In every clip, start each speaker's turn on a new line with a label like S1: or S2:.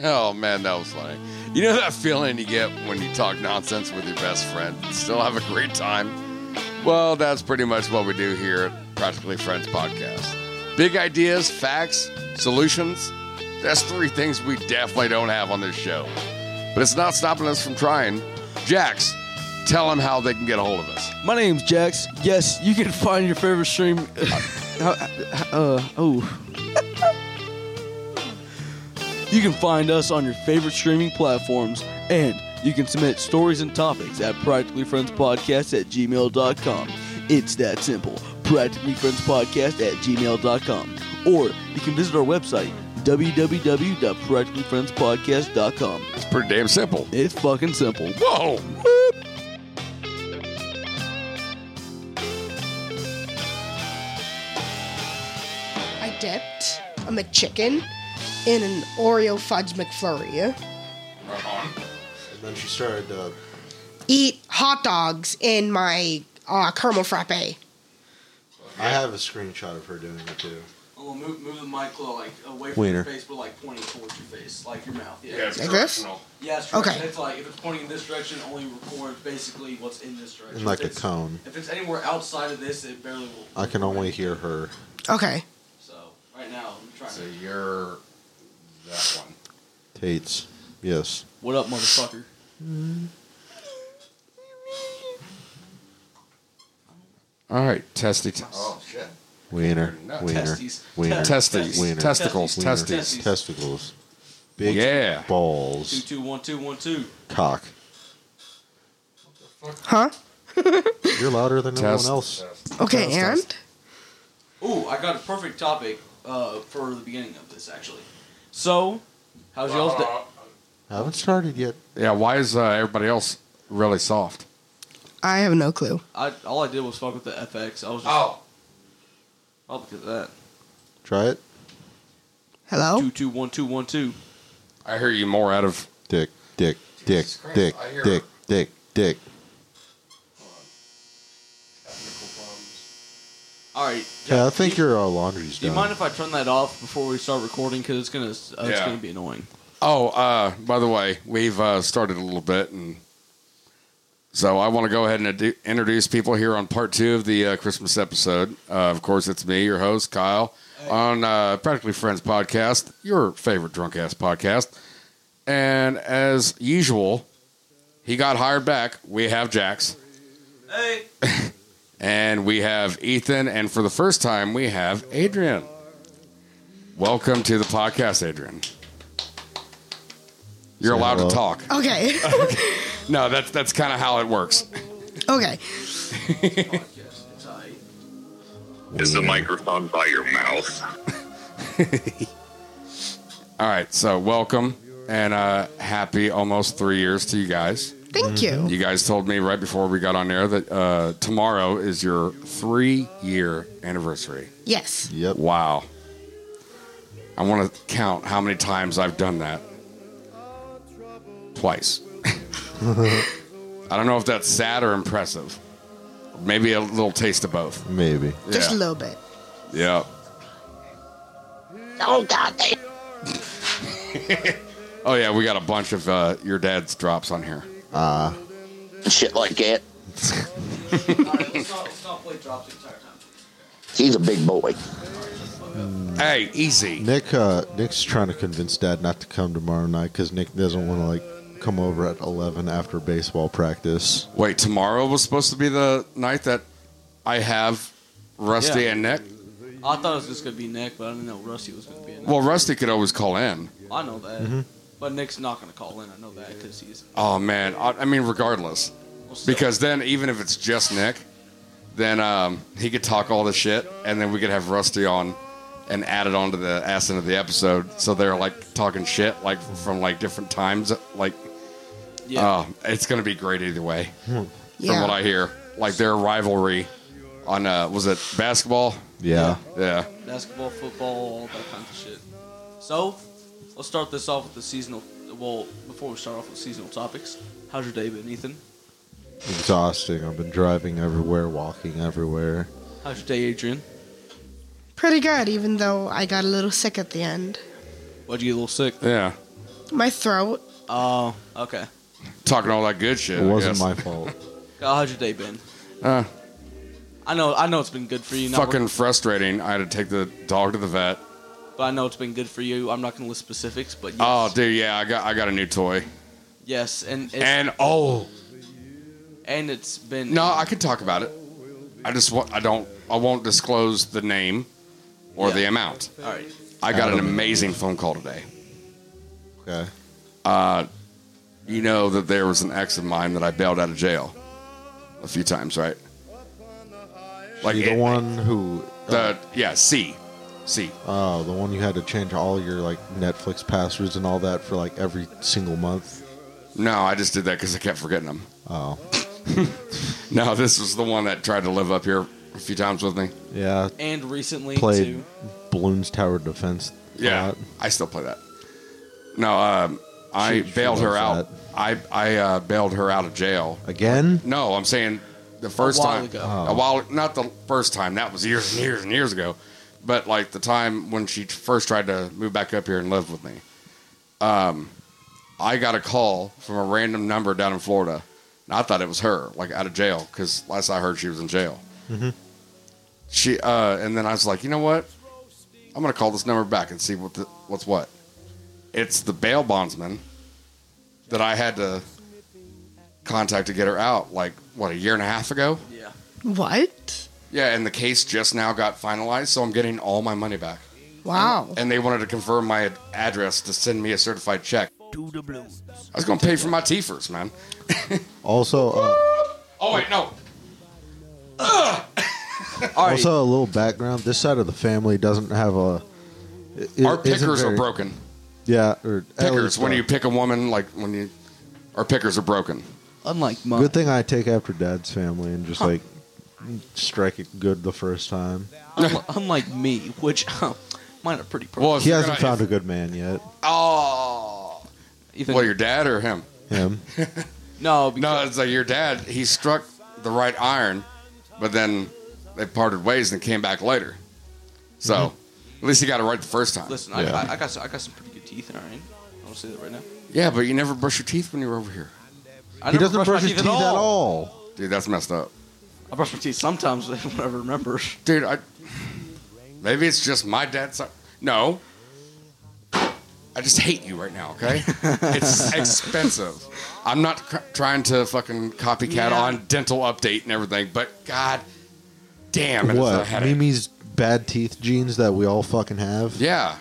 S1: Oh man, that was funny. You know that feeling you get when you talk nonsense with your best friend? Still have a great time? Well, that's pretty much what we do here at Practically Friends Podcast. Big ideas, facts, solutions. That's three things we definitely don't have on this show. But it's not stopping us from trying. Jax, tell them how they can get a hold of us.
S2: My name's Jax. Yes, you can find your favorite stream. uh, oh. you can find us on your favorite streaming platforms, and you can submit stories and topics at practicallyfriendspodcast at gmail.com. It's that simple. Practicallyfriendspodcast at gmail.com. Or you can visit our website, www.practicallyfriendspodcast.com.
S1: It's pretty damn simple.
S2: It's fucking simple.
S1: Whoa!
S3: I dipped a McChicken in an Oreo fudge McFlurry.
S4: And then she started uh,
S3: Eat hot dogs in my uh, caramel frappe.
S4: I have a screenshot of her doing it too.
S2: Oh, well, move, move the mic low, like away from
S4: Wiener.
S2: your face, but like pointing towards your face, like your mouth. Yeah.
S3: Like this?
S2: Yeah, it's true.
S3: Okay.
S2: It's like if it's pointing in this direction, only record basically what's in this direction.
S4: In like
S2: if
S4: a
S2: it's,
S4: cone.
S2: If it's anywhere outside of this, it barely will.
S4: I can only hear her.
S3: Okay.
S2: So right now, I'm trying.
S5: So you're that one.
S4: Tates. Yes.
S2: What up, motherfucker?
S1: All right, testy test.
S5: shit.
S4: Wiener.
S1: Not
S4: Wiener.
S2: testes.
S4: Wiener.
S1: Testes.
S4: Wiener.
S1: Testicles.
S4: Wiener.
S1: Testes.
S4: Testicles. Big
S1: Yeah.
S2: Two
S4: balls.
S2: two one two one two.
S4: Cock.
S3: Huh?
S4: You're louder than
S1: Test.
S4: everyone else.
S3: Okay,
S1: Test,
S3: and?
S1: test.
S2: Ooh, I got a perfect topic uh, for the beginning of this actually. So, how's y'all's day?
S4: I haven't started yet.
S1: Yeah, why is uh, everybody else really soft?
S3: I have no clue.
S2: I all I did was fuck with the FX. I was just.
S5: Oh.
S2: I'll look at that.
S4: Try it.
S3: Hello?
S2: Two two one two one two.
S1: I hear you more out of
S4: Dick. Dick. Dick.
S5: Jesus Christ,
S4: Dick.
S5: I hear
S4: Dick. Dick. Dick.
S5: Technical problems.
S2: All right.
S4: Yeah, I
S2: Jack,
S4: think
S2: you,
S4: your uh, laundry's
S2: Do you
S4: done.
S2: mind if I turn that off before we start recording? Because it's gonna uh, it's
S1: Yeah.
S2: gonna be annoying.
S1: Oh, uh, by the way, we've uh, started a little bit, and so I want to go ahead and adu- introduce people here on part two of the uh, Christmas episode. Uh, of course, it's me, your host, Kyle, on uh, Practically Friends podcast, your favorite drunk ass podcast. And as usual, he got hired back. We have Jax,
S2: Hey.
S1: and we have Ethan, and for the first time, we have Adrian. Welcome to the podcast, Adrian. You're
S4: Say
S1: allowed
S4: hello.
S1: to talk.
S3: Okay.
S1: No, that's that's kind of how it works.
S3: okay.
S6: Is the microphone by your mouth?
S1: All right, so welcome and uh, happy almost three years to you guys.
S3: Thank you.
S1: You guys told me right before we got on air that uh, tomorrow is your three year anniversary.
S3: Yes.
S4: Yep.
S1: Wow. I want to count how many times I've done that. Twice. I don't know if that's sad or impressive. Maybe a little taste of both.
S4: Maybe.
S3: Just a
S1: yeah.
S3: little bit.
S1: yeah.
S3: Oh, God. They-
S1: Oh yeah, we got a bunch of uh, your dad's drops on here.
S4: Ah.
S7: shit like that.
S2: All right, let's not, let's not play drops the entire time.
S7: He's a big boy.
S1: Hey, easy.
S4: Nick. Uh, Nick's trying to convince Dad not to come tomorrow night because Nick doesn't want to like come over at eleven after baseball practice.
S1: Wait, tomorrow was supposed to be the night that I have Rusty
S2: Yeah.
S1: and Nick.
S2: I thought it was just gonna be Nick, but I didn't know Rusty was gonna be in. it.
S1: Well, Rusty could always call in.
S2: I know that,
S1: Mm-hmm.
S2: but Nick's not gonna call in. I know that because he's
S1: Oh man, I, I mean, regardless,
S2: well, still,
S1: because then even if it's just Nick, then um, he could talk all the shit, and then we could have Rusty on and add it onto the ass end of the episode. So they're like talking shit like from like different times. Like,
S2: yeah.
S1: oh, it's gonna be great either way.
S3: Yeah.
S1: from what I hear. Like their rivalry on uh was it basketball?
S4: Yeah.
S1: Yeah.
S2: basketball, football, all that kind of shit. So, let's start this off with the seasonal. Well, before we start off with seasonal topics, how's your day been, Ethan?
S4: Exhausting. I've been driving everywhere, walking everywhere.
S2: How's your day, Adrian?
S3: Pretty good, even though I got a little sick at the end.
S2: Why'd you get a little sick?
S1: Yeah.
S3: My throat.
S2: Oh, okay.
S1: Talking all that good shit.
S4: It
S1: I
S4: wasn't
S1: guess.
S4: my fault.
S2: Kyle, how's your day been?
S1: Uh,
S2: I know, I know it's been good for you. Not
S1: fucking frustrating. I had to take the dog to the vet.
S2: work- but I know it's been good for you. I'm not gonna list specifics, but yes,
S1: Oh, dude, yeah, I got I got a new toy.
S2: yes, and it's, and,
S1: And oh,
S2: it's been
S1: no, I can talk about it. I just want I don't I won't disclose the name or the
S2: Yeah.
S1: amount.
S2: All right,
S1: I got an
S4: Adam.
S1: amazing phone call today.
S4: Okay.
S1: Uh, you know that there was an ex of mine that I bailed out of jail a few times, right? Like
S4: you the
S1: it-
S4: one who.
S1: the yeah, C, C.
S4: Oh, the one you had to change all your like Netflix passwords and all that for like every single month.
S1: No, I just did that because I kept forgetting them.
S4: Oh,
S1: No, this was the one that tried to live up here a few times with me.
S4: yeah.
S2: and recently
S4: Played
S2: too.
S4: Balloons Tower Defense. a
S1: Yeah,
S4: lot.
S1: I still play that. No, um, I
S4: She- she
S1: bailed her
S4: loves
S1: out. I I uh, bailed her out of jail.
S4: Again?
S1: No, I'm saying the first
S2: while
S1: time.
S2: ago.
S1: A while, not the first time. That was years and years and years ago. But like the time when she first tried to move back up here and live with me, um, I got a call from a random number down in Florida, and I thought it was her, like out of jail, because last I heard she was in jail. She uh, and then I was like, you know what? I'm gonna call this number back and see what the, what's what. It's the bail bondsman that I had to contact to get her out, like what a year and a half ago.
S2: Yeah,
S3: What?
S1: Yeah, and the case just now got finalized, so I'm getting all my money back.
S3: Wow.
S1: And they wanted to confirm my ad- address to send me a certified check. I was gonna pay for my tea first, man.
S4: Also, uh,
S1: Oh wait, no.
S2: all right.
S4: also a little background. This side of the family doesn't have a. i- i-
S1: Our
S4: isn't
S1: pickers are
S4: very-
S1: broken.
S4: Yeah, or at
S1: Pickers.
S4: least,
S1: When
S4: uh,
S1: you pick a woman, like when you, our pickers are broken.
S2: Unlike mine,
S4: Good thing I take after Dad's family and just like strike it good the first time.
S2: unli- unlike me, which mine are pretty. Perfect.
S1: Well, if
S4: He
S1: you're
S4: hasn't
S1: gonna-
S4: found a good man yet.
S1: Oh.
S2: you think,
S1: Well, your dad or him?
S4: Him.
S1: No,
S2: no, because,
S1: it's like your dad. He struck the right iron, but then they parted ways and came back later. So,
S4: Mm-hmm.
S1: at least he got it right the first time.
S2: Listen,
S4: Yeah.
S2: I, I, I got some, I got some pretty good teeth. All right, I will say that right now.
S1: Yeah, but you never brush your teeth when you're over here.
S2: I
S4: He
S2: never
S4: doesn't brush
S2: my
S4: his teeth at all.
S1: Dude, that's messed up.
S2: I brush my teeth sometimes when I remember.
S1: Dude, I maybe it's just my dad's No. I just hate you right now, okay? it's expensive. I'm not cr- trying to fucking copycat
S2: Yeah.
S1: on dental update and everything, but god damn it is a
S4: What?
S1: headache.
S4: Mimi's bad teeth genes that we all fucking have.
S1: Yeah.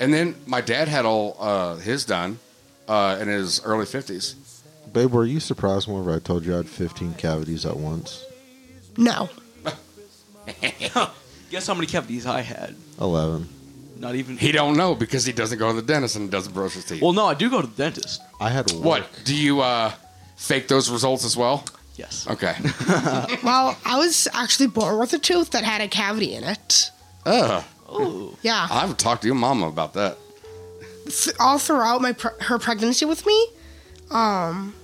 S1: And then my dad had all uh, his done uh, in his early 50s.
S4: Babe, were you surprised whenever I told you I had 15 cavities at once?
S3: No.
S2: Guess how many cavities I had?
S4: 11.
S2: Not even.
S1: He don't know because he doesn't go to the dentist and doesn't brush his teeth.
S2: well, no, I do go to the dentist.
S4: I had one.
S1: what? Do you uh, fake those results as well?
S2: Yes.
S1: Okay.
S3: Well, I was actually born with a tooth that had a cavity in it.
S1: Ugh.
S2: Oh,
S3: Yeah.
S1: Uh, I haven't talked to your mama about that.
S3: Th- all throughout my pre- her pregnancy with me, um,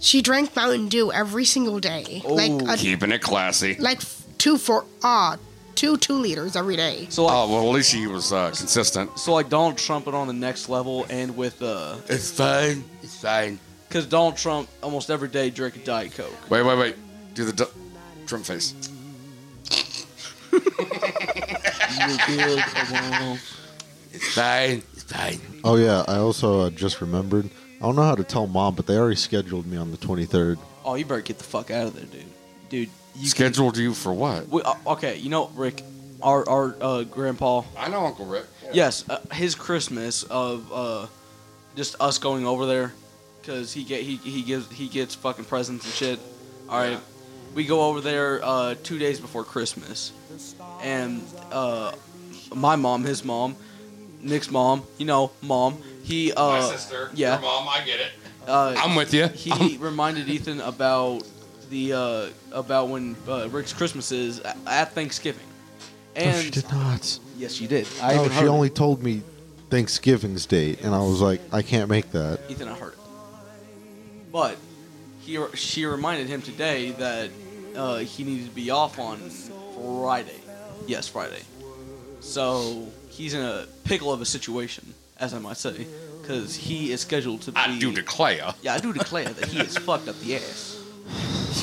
S3: she drank Mountain Dew every single day.
S1: Oh,
S3: Like a,
S1: Keeping it classy.
S3: like f- two four uh two two liters every day.
S2: so like,
S1: Oh, well, at least she was uh, consistent.
S2: so like Donald Trump went on the next level, and with uh,
S1: It's fine. It's fine.
S2: because Donald Trump almost every day drank a diet coke.
S1: Wait, wait, wait. Do the du- Trump face.
S2: You're good, Obama.
S1: It's fine. It's fine.
S4: Oh, yeah. I also uh, just remembered. I don't know how to tell mom, but they already scheduled me on the 23rd.
S2: Oh, you better get the fuck out of there, dude. Dude, you.
S1: Scheduled you for what?
S2: we, uh, okay, you know Rick, our our uh, grandpa.
S1: I know Uncle Rick.
S2: Yes, uh, his Christmas of uh, just us going over there, cause he get he, he gives he gets fucking presents and shit. All right,
S1: Yeah.
S2: we go over there uh, two days before Christmas, and uh, my mom, his mom, Nick's mom, you know, mom. He uh, yeah,
S1: mom. I get it.
S2: uh,
S1: I'm with you.
S2: he
S4: Um,
S2: reminded Ethan about the uh, about when uh, Rick's Christmas is a- at Thanksgiving, and
S4: no, Oh, she did not.
S2: yes, you did. I even
S4: No, Oh, she
S2: heard it.
S4: only told me Thanksgiving's date, and I was like, I can't make that.
S2: Ethan, I heard it. But he she reminded him today that uh, he needed to be off on Friday. Yes, Friday. So he's in a pickle of a situation. as I might say, because he is scheduled to be.
S1: I do declare,
S2: yeah, I do declare that he is fucked up the ass.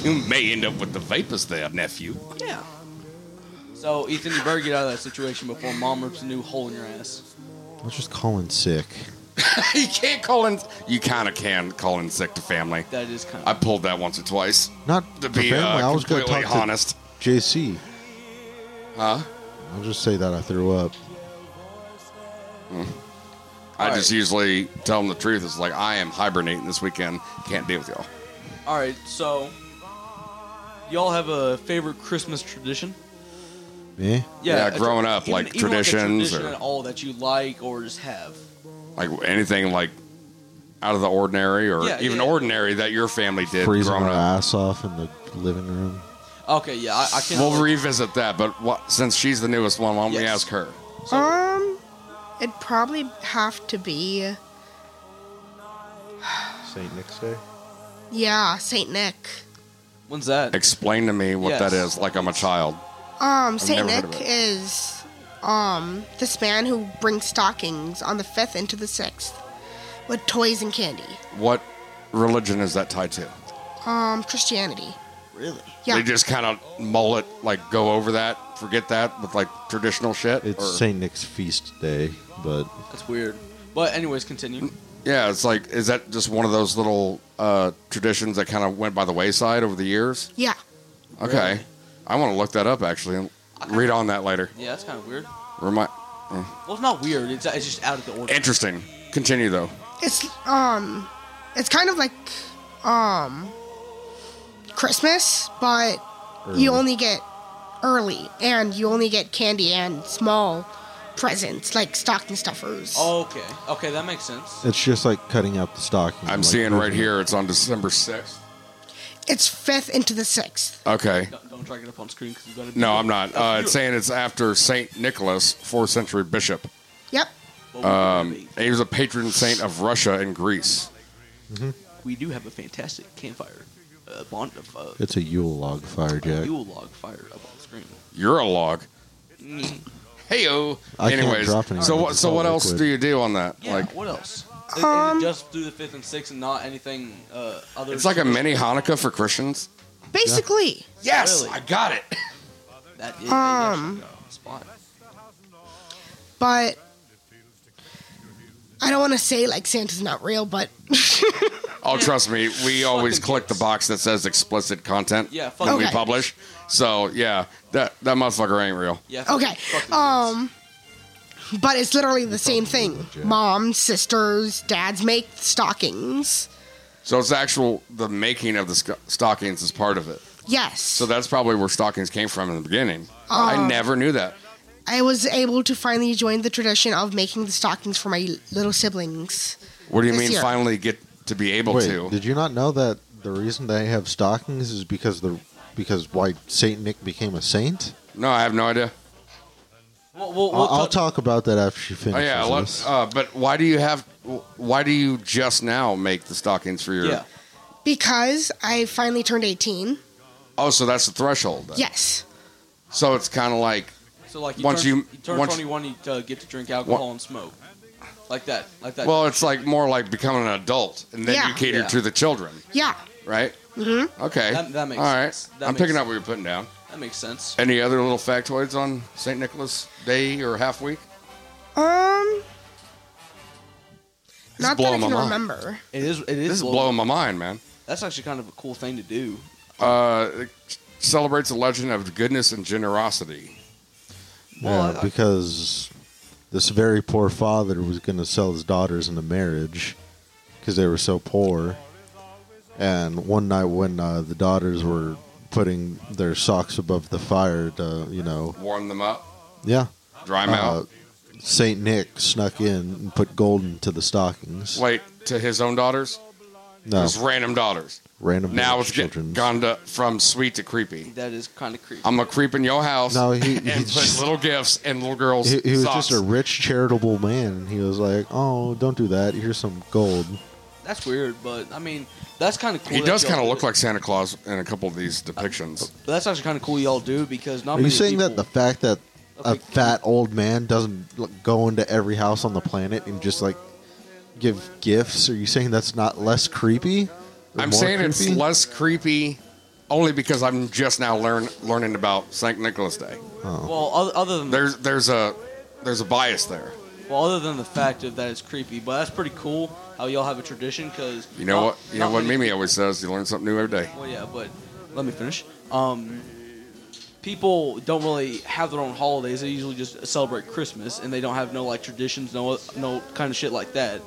S1: you may end up with the vapors there, nephew.
S2: Yeah. So Ethan, you better get out of that situation before mom rips a new hole in your ass.
S4: Let's just call in sick.
S1: you can't call in. You kind of can call in sick to family.
S2: That is kind
S1: I
S2: of.
S1: pulled that once or twice.
S4: Not
S1: To
S4: for
S1: be
S4: family, I
S1: uh,
S4: was going to
S1: completely
S4: talk
S1: honest,
S4: to JC.
S1: huh?
S4: I'll just say that I threw up.
S1: I
S2: All
S1: just usually tell them the truth. It's like I am hibernating this weekend. Can't deal with y'all.
S2: All right, so y'all have a favorite Christmas tradition?
S4: Eh?
S1: Yeah,
S2: a tra-
S1: growing up,
S2: even-
S1: like
S2: even a
S1: traditions
S2: tradition
S1: or-
S2: at all that you like or just have.
S1: Like anything like out of the ordinary or
S2: Yeah,
S1: even
S2: yeah.
S1: ordinary that your family did
S4: Freezing
S1: growing
S4: our
S1: up.
S4: ass off in the living room.
S2: Okay, yeah, I, I can.
S1: We'll revisit that, but what, since she's the newest one, why don't we
S2: Yes.
S1: ask her?
S3: Um, it'd probably have to be
S4: St. Nick's Day?
S3: yeah, Saint Nick.
S2: When's that?
S1: Explain to me what that
S2: Yes.
S1: is. Like I'm a child.
S3: Um, Saint
S1: never heard of
S3: Nick
S1: it.
S3: is um this man who brings stockings on the fifth into the sixth with toys and candy.
S1: What religion is that tied to?
S3: Um, Christianity.
S2: Really?
S3: Yeah.
S1: They just kind of mullet, like go over that, forget that with like traditional shit.
S4: It's
S1: or-
S4: St. Nick's Feast Day, but
S2: That's weird. But anyways,
S1: Mm.
S2: continue.
S1: yeah, it's like is that just one of those little uh, traditions that kind of went by the wayside over the years?
S3: Yeah.
S1: Okay,
S2: Really?
S1: I want to look that up actually and read on that later.
S2: Yeah, that's kind of weird.
S1: Remind-
S2: Well, it's not weird. It's, it's just out of the order.
S1: Interesting. Continue though.
S3: It's um, it's kind of like um Christmas, but you only get early, and you only get candy and small presents like stocking stuffers.
S2: okay. Okay, that makes sense.
S4: it's just like cutting up the stocking.
S1: I'm
S4: like,
S1: seeing right
S4: moving-
S1: here it's on December sixth.
S3: It's fifth into the sixth.
S1: Okay.
S2: Don't, don't drag it up on screen because you got to.
S1: No, I'm not. Uh, it's saying it's after Saint Nicholas, fourth century bishop.
S3: Yep.
S1: Um, he was a patron saint of Russia and Greece.
S2: we do have a fantastic campfire, uh, bond of uh,
S4: It's a Yule log fire, Jack.
S2: Yule log fire up on the screen.
S1: You're a log. Heyo.
S4: Mm. I can't
S1: Anyways,
S4: drop anything.
S1: so what?
S4: It's
S1: So
S4: all
S1: what else
S4: liquid.
S1: do you do on that?
S2: Yeah.
S1: like,
S2: what else? Is- is it
S3: Um,
S2: just through the fifth and sixth, and not anything uh, other.
S1: it's like a mini Hanukkah for Christians.
S3: Basically,
S1: Yes,
S2: Really?
S1: I got it.
S2: That is
S3: Um,
S2: um, spot.
S3: but I don't want to say like Santa's not real, but
S1: Oh, trust me, we always
S2: Fucking
S1: click the
S2: yes.
S1: box that says explicit content
S2: Yeah, fuck
S1: when we
S3: Okay.
S1: publish. So yeah, that that motherfucker ain't real.
S2: Yeah. fuck-
S3: okay.
S2: fucking kids.
S3: Um, but it's literally the same thing.
S4: Jack.
S3: Moms, sisters, dads make stockings.
S1: So it's actual the making of the sc- stockings is part of it.
S3: Yes.
S1: So that's probably where stockings came from in the beginning.
S2: Uh.
S1: I never knew that.
S3: I was able to finally join the tradition of making the stockings for my little siblings.
S1: What do you
S3: this
S1: mean?
S3: year.
S1: Finally, get to be able
S4: Wait,
S1: to.
S4: did you not know that the reason they have stockings is because the because why Saint Nick became a saint?
S1: no, I have no idea.
S2: We'll, we'll,
S4: I'll,
S2: we'll
S4: I'll
S2: cut-
S4: talk about that after she
S1: Oh
S4: finishes
S1: yeah, let,
S4: this.
S1: uh, but why do you have? Why do you just now make the stockings for your?
S2: Yeah.
S3: Because I finally turned 18.
S1: Oh, so that's the threshold. then.
S3: Yes.
S1: So it's kind of like
S2: So like you
S1: Once
S2: turn,
S1: you-
S2: turn
S1: once-
S2: 21, you uh, get to drink alcohol and smoke, like that, like that.
S1: well, it's like more like becoming an adult, and then you
S3: Yeah.
S1: cater
S2: Yeah.
S1: to the children,
S3: Yeah.
S1: right? Mm-hmm. Okay.
S2: That- that makes
S1: All right.
S2: sense. That
S1: I'm
S2: makes
S1: picking up
S2: sense.
S1: what you're putting down.
S2: that makes sense.
S1: Any other little factoids on St. Nicholas Day or half week?
S3: Um.
S1: It's
S3: Not that I
S1: blowing
S3: can
S1: my mind.
S3: remember.
S2: It is. It
S1: This
S2: is.
S1: is
S2: low.
S1: blowing my mind, man.
S2: That's actually kind of a cool thing to do.
S1: Uh, it celebrates the legend of goodness and generosity.
S2: well,
S4: yeah,
S2: I-
S4: because this very poor father was going to sell his daughters into marriage because they were so poor. And one night when uh, the daughters were putting their socks above the fire to, you know,
S1: Warm them up,
S4: yeah,
S1: dry them
S4: uh,
S1: out.
S4: Saint Nick snuck in and put gold into the stockings.
S1: Wait to his own daughters,
S4: no,
S1: his random daughters.
S4: random
S1: Now it's getting
S4: children's.
S1: gone to, from sweet to creepy.
S2: That is kind of creepy.
S1: I'm gonna creep in your house
S4: No, he-
S1: and
S4: he
S1: put
S4: just-
S1: little gifts and little girls.
S4: He, he was
S1: socks.
S4: just a rich, charitable man. and He was like, "Oh, don't do that. Here's some gold."
S2: that's weird, but I mean, that's kind of cool.
S1: He
S2: that
S1: does
S2: y'all
S1: kind of
S2: do
S1: look
S2: it.
S1: like Santa Claus in a couple of these depictions.
S2: But that's actually kind of cool. Y'all do because not.
S4: Are you
S2: many
S4: saying that the
S2: people-
S4: fact that a fat old man doesn't like, go into every house on the planet and just like give gifts? Are you saying that's not less creepy? Or
S1: I'm
S4: more
S1: saying it's
S4: creepy?
S1: less creepy only because I'm just now learn, learning about St. Nicholas Day.
S2: Well, oth- other than
S1: There's there's a there's a bias there.
S2: well, other than the fact of that it's creepy, but that's pretty cool how y'all have a tradition because
S1: You know what? You know what Mimi always says. You learn something new every day.
S2: Well, yeah, but let me finish. Um, people don't really have their own holidays. They usually just celebrate Christmas, and they don't have no like traditions, no no kind of shit like that.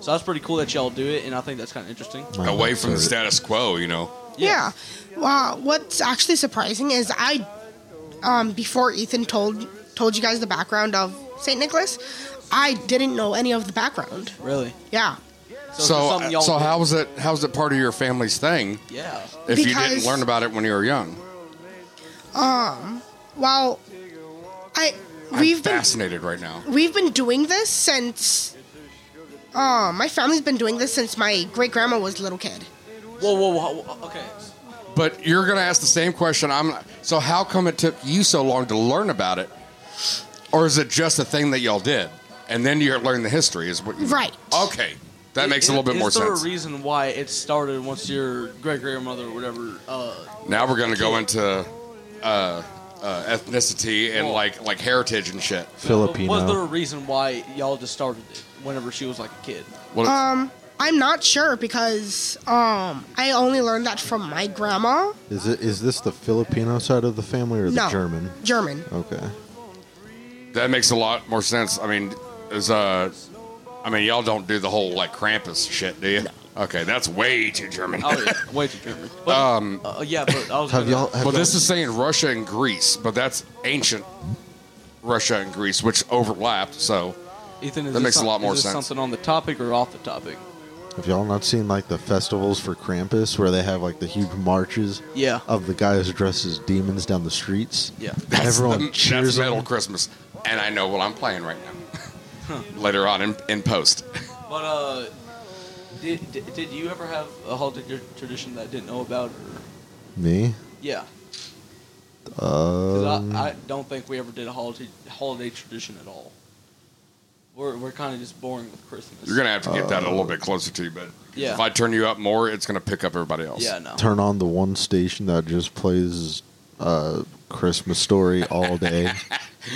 S2: So that's pretty cool that y'all do it, and I think that's kind of interesting.
S4: My
S1: Away
S4: mouth
S1: from the
S4: hurt.
S1: status quo, you know.
S3: Yeah. Well, what's actually surprising is I, um, before Ethan told told you guys the background of Saint Nicholas, I didn't know any of the background.
S2: Really.
S3: Yeah.
S2: So, it's just
S1: So uh,
S2: something y'all
S1: so
S2: do.
S1: how was it? How was it part of your family's thing?
S2: Yeah.
S1: If you didn't
S3: Because-
S1: learn about it when you were young,
S3: Well, I
S1: I'm
S3: we've been
S1: fascinated right now.
S3: we've been doing this since. Uh, my family's been doing this since my great grandma was a little kid.
S2: Whoa, whoa, whoa, whoa. Okay.
S1: But you're going to ask the same question. I'm so how come it took you so long to learn about it, or is it just a thing that y'all did, and then you learn the history? Is what you
S3: Right.
S1: Okay, that makes
S2: Is-
S1: a little bit more
S2: Is there
S1: sense.
S2: a reason why it started once your great grandmother or whatever? Uh,
S1: now we're going to go into uh, uh, ethnicity and
S2: Well-
S1: like like heritage and shit.
S4: Filipino.
S2: Was there a reason why y'all just started it whenever she was like a kid?
S1: Well,
S3: Um, I'm not sure because um, I only learned that from my grandma.
S4: Is it is this the Filipino side of the family or the
S3: no,
S4: German?
S3: German.
S4: Okay.
S1: that makes a lot more sense. I mean, is uh, I mean y'all don't do the whole like Krampus shit, do you? Okay, that's way too German.
S2: Oh yeah, way too German. But, um, uh, yeah, but I was.
S4: Have
S2: gonna-
S4: y'all? Have
S1: Well,
S4: y'all-
S1: this is saying Russia and Greece, but that's ancient Russia and Greece, which overlapped. So
S2: Ethan, is
S1: That
S2: this
S1: makes a
S2: some-
S1: lot more
S2: is this
S1: sense.
S2: Something on the topic or off the topic?
S4: Have y'all not seen like the festivals for Krampus where they have like the huge marches
S2: Yeah.
S4: of the guys dressed as demons down the streets?
S2: Yeah.
S1: that's
S4: Everyone
S1: the,
S4: cheers
S1: That's metal
S4: them.
S1: Christmas, and I know what I'm playing right now. Later on in, in post,
S2: But uh, did, did did you ever have a holiday tradition that I didn't know about? Or,
S4: Me?
S2: yeah, because
S4: Um,
S2: I, I don't think we ever did a holiday holiday tradition at all. We're we're kind of just boring with Christmas.
S1: you're gonna have to get that a
S4: Uh,
S1: little bit closer to you. But
S2: Yeah.
S1: if I turn you up more, it's gonna pick up everybody else.
S2: yeah no.
S4: turn on the one station that just plays uh, Christmas Story all day.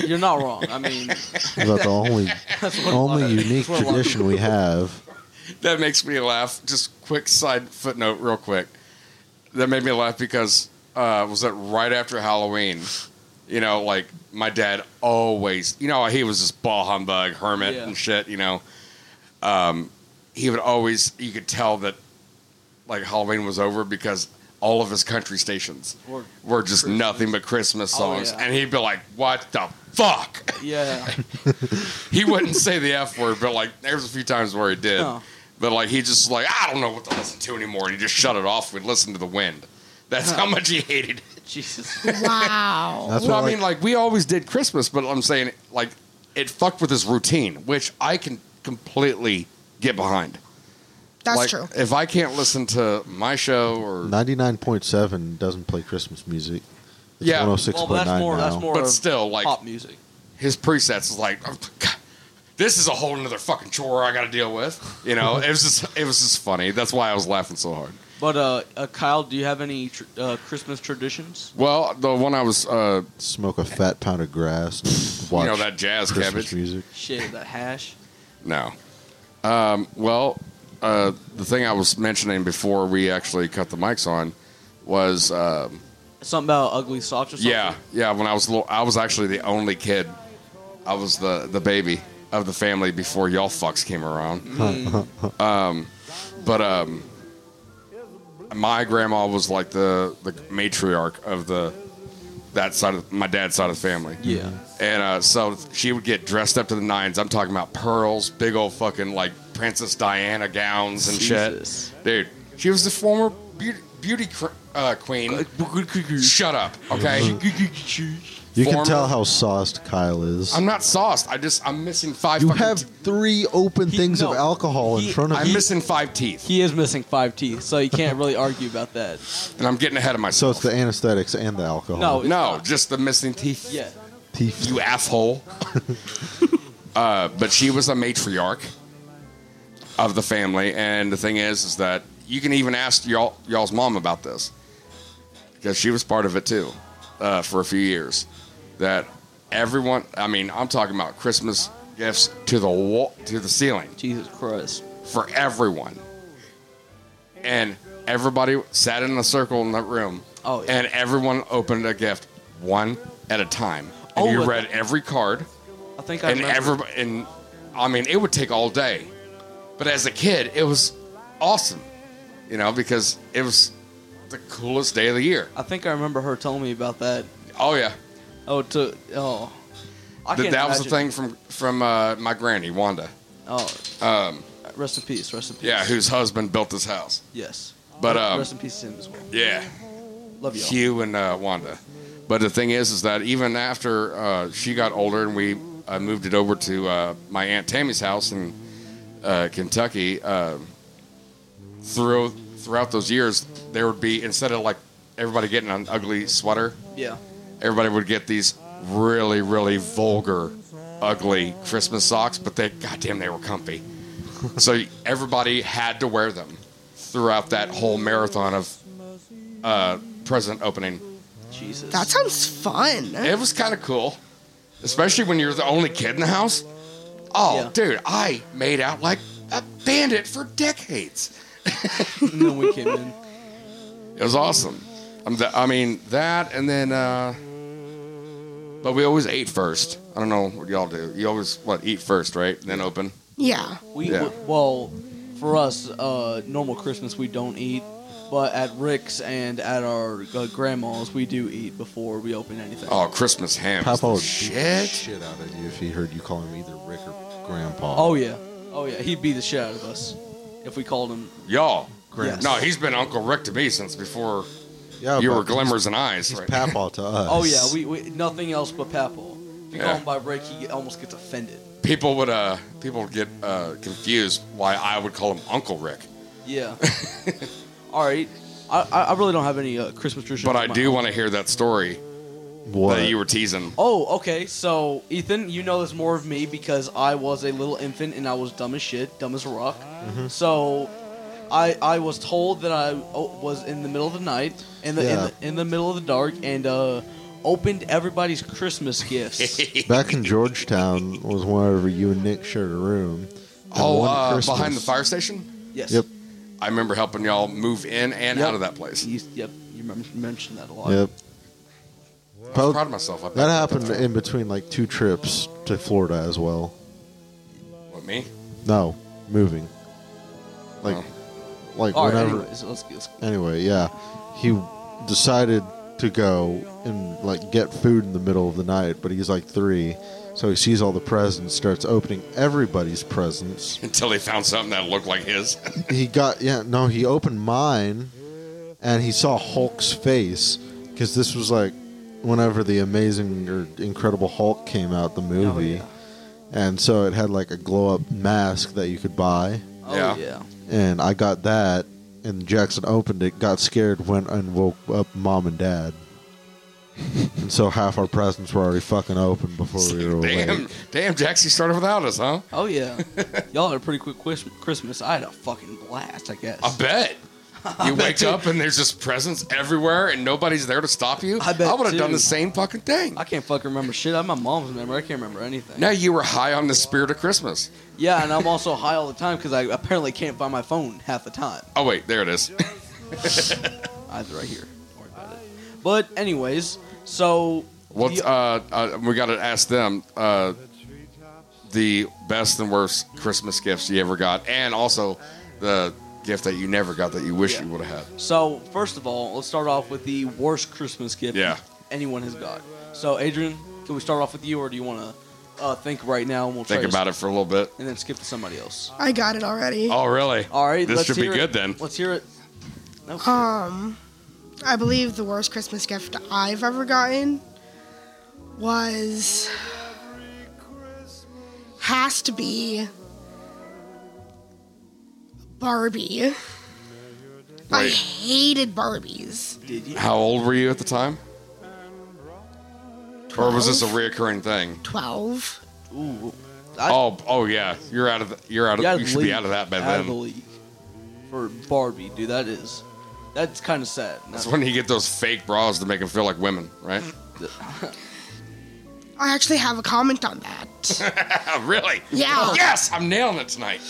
S2: You're not wrong. I mean,
S4: That's the only
S2: that's what a lot
S4: only
S2: of-
S4: unique
S2: that's what a lot of-
S4: tradition we have.
S1: That makes me laugh. Just quick side footnote, real quick. That made me laugh because uh, was that right after Halloween? You know, like my dad always, you know, he was this ball humbug hermit
S2: Yeah.
S1: and shit. You know, um, he would always. You could tell that like Halloween was over because all of his country stations
S2: Or-
S1: were just
S2: Christmas.
S1: nothing but Christmas
S2: Oh,
S1: songs,
S2: yeah.
S1: and he'd be like, "What the fuck."
S2: Yeah.
S1: he wouldn't say the F word, but like there was a few times where he did.
S2: No.
S1: But like he just like I don't know what to listen to anymore, and he just shut it off. We'd listen to the wind. That's how much he hated. it.
S2: Jesus.
S3: Wow.
S4: That's
S1: no,
S4: why
S1: I mean like we always did Christmas, but I'm saying like it fucked with his routine, which I can completely get behind.
S3: That's
S1: Like,
S3: true.
S1: If I can't listen to my show or
S4: ninety nine point seven doesn't play Christmas music. It's
S1: Yeah.
S4: one hundred six
S2: Well,
S4: point
S2: that's
S4: nine
S2: more.
S4: now.
S2: That's more.
S1: But
S2: of
S1: still, like-
S2: pop music.
S1: his presets is like, oh, God, this is a whole nother fucking chore I got to deal with. You know, it was just it was just funny. That's why I was laughing so hard.
S2: But uh, uh, Kyle, do you have any tr- uh, Christmas traditions?
S1: Well, the one I was uh,
S4: Smoke a fat pound of grass. and Watch
S1: you know that jazz
S4: Christmas
S1: cabbage.
S4: music.
S2: Shit, that hash.
S1: No. Um, well, uh, the thing I was mentioning before we actually cut the mics on was um,
S2: Something about ugly socks or something.
S1: yeah, yeah. When I was little, I was actually the only kid. I was the the baby of the family before y'all fucks came around. um, but um, my grandma was like the the matriarch of the that side of my dad's side of the family.
S2: Yeah.
S1: And uh, so she would get dressed up to the nines. I'm talking about pearls, big old fucking like Princess Diana gowns and
S2: Jesus.
S1: shit. Dude, she was the former beauty, beauty cr- uh, queen. Shut up, okay?
S4: You can
S1: Former-
S4: tell how sauced Kyle is.
S1: I'm not sauced. I just I'm missing five.
S4: you
S1: fucking
S4: have
S1: te-
S4: three open
S2: He-
S4: things
S2: no,
S4: of alcohol
S2: he-
S4: in front of
S1: I'm
S4: you.
S1: missing five teeth,
S2: He is missing five teeth, so you can't really argue about that.
S1: and I'm getting ahead of
S4: So
S1: myself.
S4: it's the anesthetics and the alcohol.
S2: No.
S1: no, just the missing teeth.
S2: Yeah.
S4: Thief.
S1: you asshole. uh, but she was a matriarch of the family, and the thing is, is that you can even ask y'all y'all's mom about this because she was part of it too uh, for a few years. That everyone, I mean, I'm talking about Christmas gifts to the wall, to the ceiling
S2: Jesus Christ.
S1: for everyone. And everybody sat in a circle in that room.
S2: Oh, yeah.
S1: And everyone opened a gift one at a time. And
S2: Oh,
S1: you
S2: but-
S1: read every card.
S2: I think I
S1: And
S2: remember.
S1: everybody, and I mean, it would take all day. But as a kid, it was awesome, you know, because it was the coolest day of the year.
S2: I think I remember her telling me about that.
S1: Oh, yeah.
S2: Oh, it took. Oh, I
S1: Th-
S2: can't
S1: that was the
S2: imagine-
S1: thing from, from uh, my granny, Wanda.
S2: Oh,
S1: Um,
S2: rest in peace. Rest in peace.
S1: yeah, whose husband built this house.
S2: Yes.
S1: But, um,
S2: rest in peace to him as well.
S1: yeah.
S2: Love y'all.
S1: Hugh and uh, Wanda. But the thing is, is that even after uh, she got older and we uh, moved it over to uh, my aunt Tammy's house in uh, Kentucky, uh, through throughout those years, there would be instead of like everybody getting an ugly sweater,
S2: yeah.
S1: everybody would get these really, really vulgar, ugly Christmas socks. But they, goddamn, they were comfy. so everybody had to wear them throughout that whole marathon of uh, present opening.
S2: Jesus.
S3: That sounds fun.
S1: It was kind of cool, especially when you're the only kid in the house. Oh,
S2: Yeah.
S1: dude, I made out like a bandit for decades.
S2: and then we came in.
S1: It was awesome. I'm the, I mean that, and then, uh, but we always ate first. I don't know what y'all do. You always what eat first, right? Then open.
S3: Yeah.
S2: We
S1: Yeah.
S2: well, for us, uh, normal Christmas we don't eat, but at Rick's and at our uh, grandma's we do eat before we open anything.
S1: Oh, Christmas ham. is the
S4: Papa would beat the
S1: Shit.
S4: shit out of you if he heard you call him either Rick or Grandpa.
S2: Oh, yeah, oh yeah, he'd beat the shit out of us if we called him.
S1: Y'all.
S2: Yes.
S1: No, he's been Uncle Rick to me since before
S4: yeah,
S1: you
S4: but
S1: were glimmers and eyes.
S4: Oh, He's
S1: right?
S4: Papaw to us.
S2: Oh yeah, we, we nothing else but papal. If you
S1: Yeah.
S2: call him by Rick, he get- almost gets offended.
S1: people would uh people would get uh confused why I would call him Uncle Rick,
S2: Yeah. All right. I, I I really don't have any uh, Christmas traditions.
S1: but I
S2: of my
S1: do
S2: own.
S1: want to hear that story
S4: What?
S1: that you were teasing.
S2: Oh, okay. So, Ethan, you know this more of me because I was a little infant and I was dumb as shit, dumb as a rock.
S4: Mm-hmm.
S2: So, I I was told that I o- was in the middle of the night, in the,
S4: Yeah.
S2: in, the in the middle of the dark, and uh, opened everybody's Christmas gifts.
S4: Back in Georgetown was whenever you and Nick shared a room. And
S1: Oh,
S4: one
S1: uh,
S4: Christmas-
S1: behind the fire station.
S2: yes.
S4: Yep,
S1: I remember helping y'all move in and
S2: Yep.
S1: out of that place.
S2: You, yep. You remember, you mentioned that a lot.
S4: yep.
S1: I was
S4: Well,
S1: proud of myself. I
S4: that happened in between like two trips to Florida as well.
S1: What me?
S4: No, moving. Like,
S1: Oh.
S4: like
S2: All right.
S4: whenever.
S2: Anyways, let's, let's
S4: anyway, yeah, he decided to go and like get food in the middle of the night, but he's like three, so he sees all the presents, starts opening everybody's presents.
S1: Until he found something that looked like his.
S4: He got yeah, no, he opened mine, and he saw Hulk's face because this was like whenever the Amazing or Incredible Hulk came out, the movie.
S2: yeah.
S4: And so it had like a glow up mask that you could buy
S2: Oh
S1: Yeah.
S2: yeah.
S4: and I got that. And Jackson opened it, got scared, went and woke up mom and dad. and so half our presents were already fucking open before we were
S1: damn,
S4: awake.
S1: damn, Jax, you started without us, huh?
S2: Oh yeah. Y'all had a pretty quick quis- Christmas. I had a fucking blast. I guess.
S1: I bet. You wake up and there's just presents everywhere and nobody's there to stop you.
S2: I bet
S1: would have done
S2: too.
S1: the same fucking thing.
S2: I can't fucking remember shit. I'm my mom's memory. I can't remember anything.
S1: Now you were high on the spirit of Christmas.
S2: Yeah, and I'm also high all the time because I apparently can't find my phone half the time.
S1: Oh wait, there it is.
S2: Either right here. Don't worry about it. But anyways, so
S1: What
S2: the-
S1: uh, uh, we got to ask them uh, the best and worst Christmas gifts you ever got, and also the gift that you never got that you wish
S2: Yeah.
S1: you would have had.
S2: so first of all, let's start off with the worst Christmas gift
S1: Yeah.
S2: anyone has got. So Adrian, can we start off with you, or do you want to uh, think right now and we'll
S1: Think
S2: try to-
S1: about it for a little bit.
S2: and then skip to somebody else?
S3: I got it already.
S1: Oh really?
S2: All right,
S1: This
S2: let's
S1: should be
S2: hear it.
S1: good then.
S2: Let's hear it. No,
S3: Um, I believe the worst Christmas gift I've ever gotten was has to be Barbie. I
S1: Wait.
S3: hated Barbies.
S2: did you?
S1: How old were you at the time? Or was this a reoccurring thing?
S3: 12.
S2: Ooh, I-
S1: oh, oh yeah, you're out of the, you're out of
S2: You gotta
S1: you should
S2: leave.
S1: be out of that by
S2: out of the
S1: then.
S2: league for Barbie, dude. That is, that's kind of sad.
S1: That's when you get those fake bras to make them feel like women, right?
S3: I actually have a comment on that.
S1: Oh, really?
S3: Yeah.
S1: Yes, I'm nailing it tonight.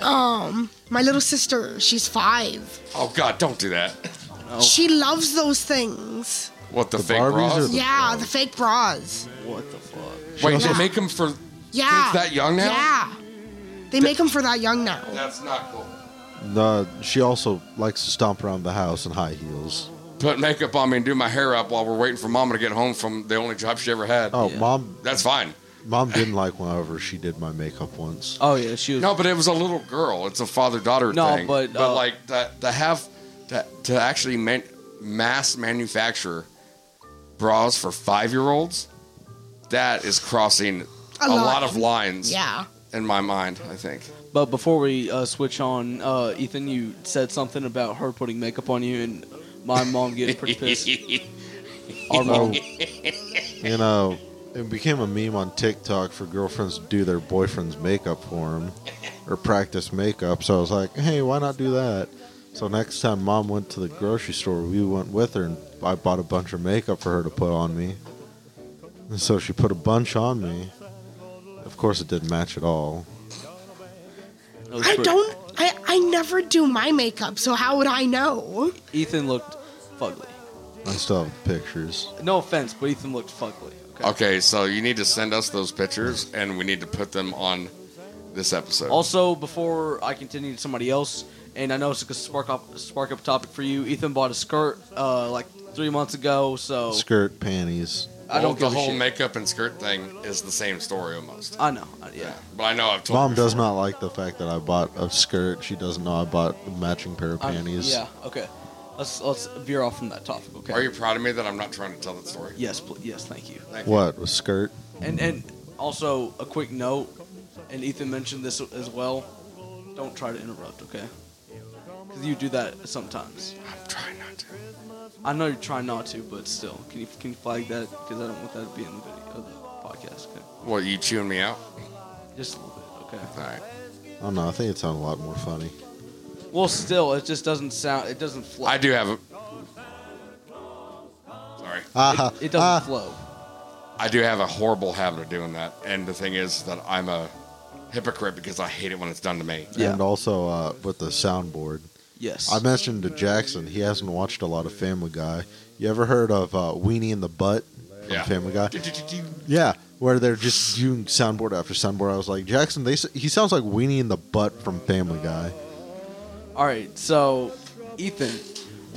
S3: Um, my little sister, she's five.
S1: Oh God, don't do that. Oh.
S3: She loves those things.
S1: What the,
S4: The
S1: fake
S4: Barbies
S1: bras?
S4: or the-
S3: yeah, the fake bras.
S2: What the fuck?
S1: Wait,
S3: Yeah.
S1: they make them for?
S3: Yeah.
S1: Kids that young now?
S3: Yeah. They make them for that young now.
S1: That's not cool.
S4: No, she also likes to stomp around the house in high heels.
S1: Put makeup on me and do my hair up while we're waiting for Mama to get home from the only job she ever had.
S4: Oh,
S2: Yeah.
S4: mom,
S1: That's fine.
S4: mom didn't like whenever she did my makeup once.
S2: Oh yeah, she was.
S1: No, but it was a little girl. It's a father daughter
S2: No,
S1: thing.
S2: but, uh,
S1: like to, to have to, to actually man, mass manufacture bras for five year olds, that is crossing a, lot
S3: line.
S1: of lines
S3: Yeah.
S1: in my mind. I think.
S2: But before we uh, switch on, uh, Ethan, you said something about her putting makeup on you, and my mom getting pretty pissed. Our
S1: Oh.
S2: mom,
S4: You know, it became a meme on TikTok for girlfriends to do their boyfriend's makeup for them or practice makeup. So I was like, hey, why not do that? So next time mom went to the grocery store, we went with her and I bought a bunch of makeup for her to put on me. And so she put a bunch on me. Of course, it didn't match at all.
S2: It was
S3: I
S2: pretty-
S3: don't. I, I never do my makeup, so how would I know?
S2: Ethan looked fugly.
S4: I still have pictures.
S2: No offense, but Ethan looked fugly. Okay.
S1: okay, so you need to send us those pictures, and we need to put them on this episode.
S2: Also, before I continue to somebody else, and I know it's a spark up spark up topic for you. Ethan bought a skirt uh, like three months ago, so
S4: Skirt, panties.
S2: I don't
S1: the
S2: give a
S1: whole
S2: shit.
S1: makeup and skirt thing is the same story almost.
S2: I know. I- Yeah.
S1: But I know I've told
S4: Mom
S1: you
S4: does
S1: before.
S4: not like the fact that I bought a skirt. She doesn't know I bought a matching pair of
S2: I-
S4: panties.
S2: yeah. Okay. Let's let's veer off from that topic. Okay.
S1: Are you proud of me that I'm not trying to tell that story?
S2: Yes. Pl- yes. Thank you.
S1: Thank you.
S4: What? A skirt?
S2: And and also a quick note, and Ethan mentioned this as well. Don't try to interrupt, okay? Because you do that sometimes.
S1: I'm trying not to.
S2: I know you're trying not to, but still, can you can you flag that? Because I don't want that to be in the video of the podcast. Okay.
S1: What, you chewing me out?
S2: Just a little bit. Okay.
S1: All right.
S4: I don't know. Oh, I think it sounded a lot more funny.
S2: Well, still, it just doesn't sound. It doesn't flow.
S1: I do have a. Sorry.
S4: Ah,
S2: It doesn't
S4: ah,
S2: flow.
S1: I do have a horrible habit of doing that. And the thing is that I'm a hypocrite because I hate it when it's done to me.
S2: Yeah.
S4: And also uh, with the soundboard.
S2: Yes.
S4: I mentioned to Jackson, he hasn't watched a lot of Family Guy. You ever heard of uh, Weenie in the Butt from
S1: Yeah.
S4: Family Guy? Yeah, where they're just doing soundboard after soundboard. I was like, Jackson, they s- he sounds like Weenie in the Butt from Family Guy.
S2: All right. So, Ethan,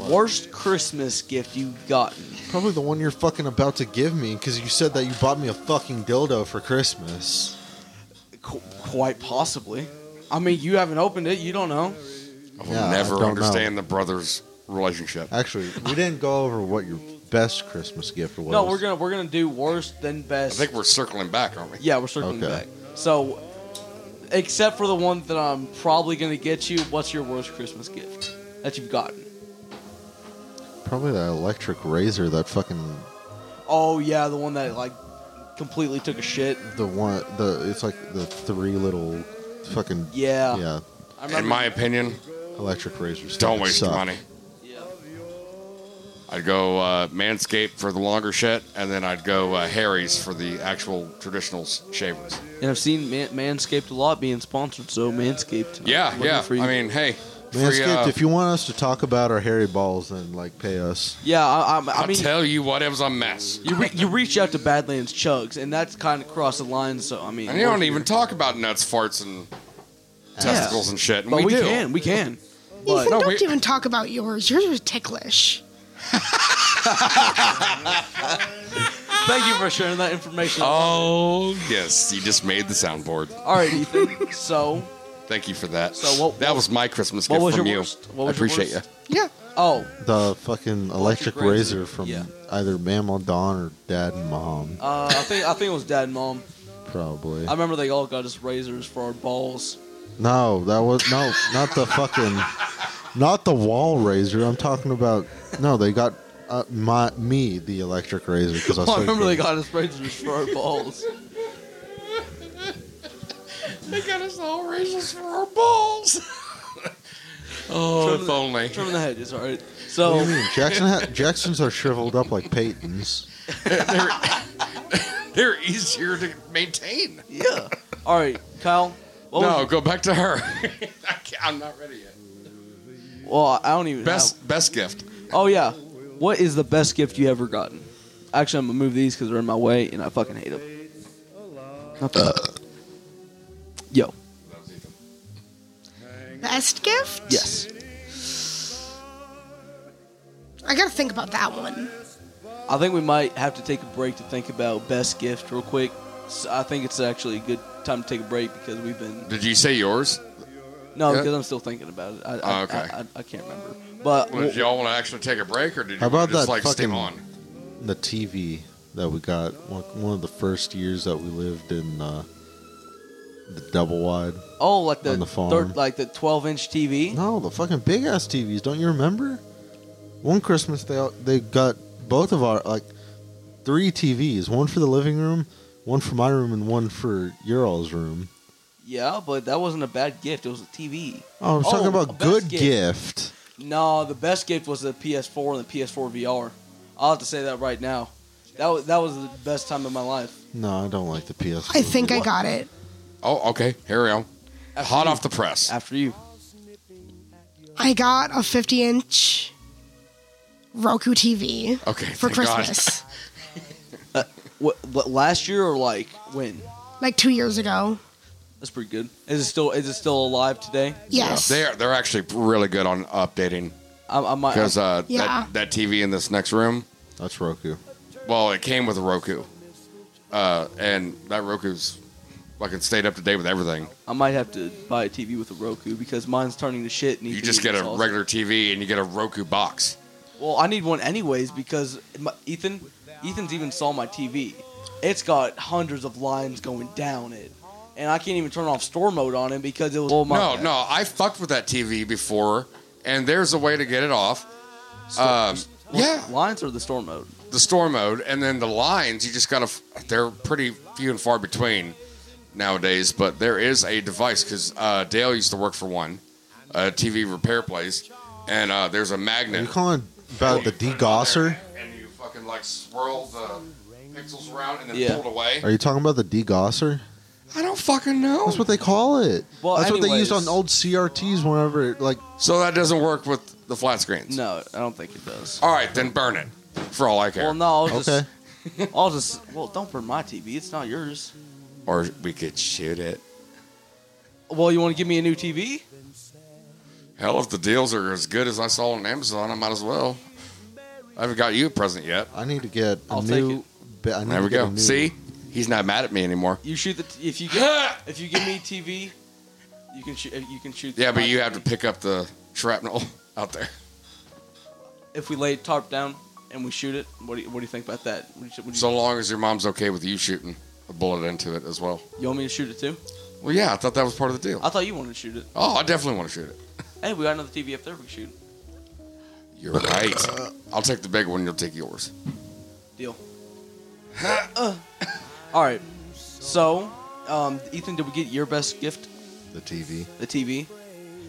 S2: worst Christmas gift you've gotten?
S4: Probably the one you're fucking about to give me because you said that you bought me a fucking dildo for Christmas.
S2: Qu- quite possibly. I mean, you haven't opened it. You don't know.
S1: I will
S4: Yeah, I
S1: never
S4: don't know.
S1: understand the brothers' relationship.
S4: Actually, we didn't go over what your best Christmas gift was.
S2: No, we're gonna we're gonna do worst then
S1: I
S2: best.
S1: think we're circling back, aren't we?
S2: yeah, we're circling
S4: Okay.
S2: back. So, except for the one that I'm probably gonna get you, what's your worst Christmas gift that you've gotten?
S4: probably that electric razor that fucking
S2: Oh yeah, the one that like completely took a shit.
S4: the one the it's like the three little fucking
S2: Yeah.
S4: yeah
S2: I remember,
S1: In my opinion,
S4: electric razors.
S1: don't
S4: fucking
S1: waste your
S4: suck.
S1: money.
S2: yeah.
S1: I'd go uh, Manscaped for the longer shit, and then I'd go uh, Harry's for the actual traditional s- shavers.
S2: And I've seen Man- Manscaped a lot being sponsored, so Manscaped. I'm
S1: Yeah,
S2: looking
S1: yeah.
S2: for you.
S1: I mean, hey,
S4: Manscaped,
S1: free, uh,
S4: if you want us to talk about our hairy balls, then like pay us.
S2: yeah. I, I, I
S1: I'll
S2: mean,
S1: tell you what, it was a mess.
S2: you re- you reach out to Badlands Chugs, and that's kind of crossed the line. So I mean,
S1: And you don't even talk about nuts, farts, and testicles and shit. And
S2: But we,
S1: do.
S2: can, we can. But
S3: Ethan,
S1: No,
S3: don't
S1: wait.
S3: even talk about yours. Yours are ticklish.
S2: thank you for sharing that information.
S1: Oh yes, you just made the soundboard.
S2: All right, Ethan. So,
S1: Thank you for that.
S2: So what-
S1: that was my Christmas
S2: what
S1: gift
S2: was
S1: from
S2: your
S1: you.
S2: worst? What was
S1: I appreciate
S2: your worst?
S3: Yeah.
S2: Oh,
S4: The fucking electric,
S2: razor.
S4: razor, from
S2: Yeah.
S4: either Mama Don or Dad and Mom,
S2: uh, I think I think it was Dad and Mom.
S4: probably.
S2: I remember they all got us razors for our balls.
S4: no, that was no, not the fucking, not the wall razor. I'm talking about. No, they got uh, my me the electric razor because I, was
S2: Oh, I
S4: so
S2: remember they
S4: crazy.
S2: got us razors for our balls.
S1: They got us all razors for our balls. oh,
S2: Trim
S1: if
S2: the-
S1: only.
S2: Trim the head is all right.
S4: What do
S2: So
S4: you mean? Jackson ha- Jacksons are shriveled up like Peyton's.
S1: they're, they're easier to maintain.
S2: yeah. All right, Kyle. What
S1: no,
S2: was-
S1: go back to her. I can't, I'm not ready yet.
S2: well, I don't even.
S1: Best
S2: have-
S1: best gift.
S2: oh yeah. What is the best gift you ever gotten? Actually, I'm gonna move these because they're in my way and I fucking hate them.
S1: Uh.
S2: Yo.
S3: Best gift?
S2: Yes.
S3: I gotta think about that one.
S2: I think we might have to take a break to think about best gift real quick. So I think it's actually a good time to take a break because we've been
S1: Did you say yours?
S2: no
S1: Yeah.
S2: because I'm still thinking about it. I, I,
S1: Oh, okay.
S2: I, I, I can't remember, but
S1: Well, did y'all want to actually take a break, or did you
S4: How about
S1: just
S4: that
S1: like
S4: fucking-
S1: stay on?
S4: The TV that we got one one of the first years that we lived in uh, the double wide.
S2: oh, like the,
S4: On the farm.
S2: third, like the 12 inch TV.
S4: No, the fucking big ass TVs. Don't you remember? One Christmas they all, they got both of our like three TVs. One for the living room, one for my room, and one for your all's room.
S2: Yeah, but that wasn't a bad gift. It was a TV.
S4: Oh, I'm talking
S2: Oh, a
S4: about
S2: best
S4: good
S2: gift.
S4: gift.
S2: No, the best gift was the PS4 and the PS4 VR. I'll have to say that right now. That was, that was the best time of my life.
S4: No, I don't like the PS.
S3: I think I got it.
S1: Oh, okay. Here we go.
S2: After
S1: Hot
S2: you.
S1: off the press.
S2: After you.
S3: I got a 50 inch Roku TV
S1: Okay.
S2: Oh
S3: for
S1: thank
S3: Christmas,
S2: What, what last year or like when?
S3: like two years ago.
S2: That's pretty good. Is it still is it still alive today?
S1: God.
S3: Yes.
S1: They're they're actually really good on updating
S2: I, I might.
S1: because uh,
S3: Yeah.
S1: that, that TV in this next room.
S4: That's Roku.
S1: Well, it came with a Roku, uh, and that Roku's fucking stayed up to date with everything.
S2: I might have to buy a TV with a Roku because mine's turning to shit. And
S1: You
S2: needs to
S1: just
S2: be
S1: get a
S2: installed.
S1: regular TV and you get a Roku box.
S2: Well, I need one anyways because my, Ethan, Ethan's even saw my TV. It's got hundreds of lines going down it, and I can't even turn off store mode on it because it was. Oh my
S1: No,
S2: bad.
S1: no, I fucked with that TV before, and there's a way to get it off. Um, yeah,
S2: lines are the store mode.
S1: the store mode, and then the lines. You just gotta. f- They're pretty few and far between nowadays, but there is a device because uh, Dale used to work for one, a TV repair place, and uh, there's a
S4: Are you
S1: magnet.
S4: calling about the degausser?
S1: And you fucking like swirl the pixels around and then
S2: Yeah.
S1: pull it away.
S4: Are you talking about the degausser?
S1: I don't fucking know.
S4: That's what they call it.
S2: Well,
S4: That's what they used
S2: anyways.
S4: on old CRTs whenever, it, like,
S1: So that doesn't work with the flat screens.
S2: No, I don't think it does.
S1: All right, then burn it. For all I care.
S2: Well, no, I'll just,
S4: okay.
S2: I'll just. Well, don't burn my TV. It's not yours.
S1: or we could shoot it.
S2: Well, you want to give me a new TV?
S1: Hell, if the deals are as good as I saw on Amazon, I might as well. I haven't got you a present yet.
S4: I need to get a
S2: I'll take
S4: new. ba- I need
S1: There
S4: to
S1: we
S4: get a
S1: go.
S4: new-
S1: See, he's not mad at me anymore.
S2: You shoot the. T- if you get, if you give me TV, you can shoot. You can shoot.
S1: Yeah, but
S2: my
S1: you have to
S2: TV.
S1: pick up the shrapnel out there.
S2: if we lay it tarp down and we shoot it, what do you, what do you think about that? Would you, would you,
S1: So long as your mom's okay with you shooting a bullet into it as well.
S2: you want me to shoot it too?
S1: Well, yeah, I thought that was part of the deal.
S2: I thought you wanted to shoot it.
S1: Oh, I definitely want to shoot it.
S2: Hey, we got another TV up there we can shoot.
S1: You're right. I'll take the big one. You'll take yours.
S2: Deal. Uh. All right. So, um, Ethan, did we get your best gift,
S4: the TV.
S2: the TV?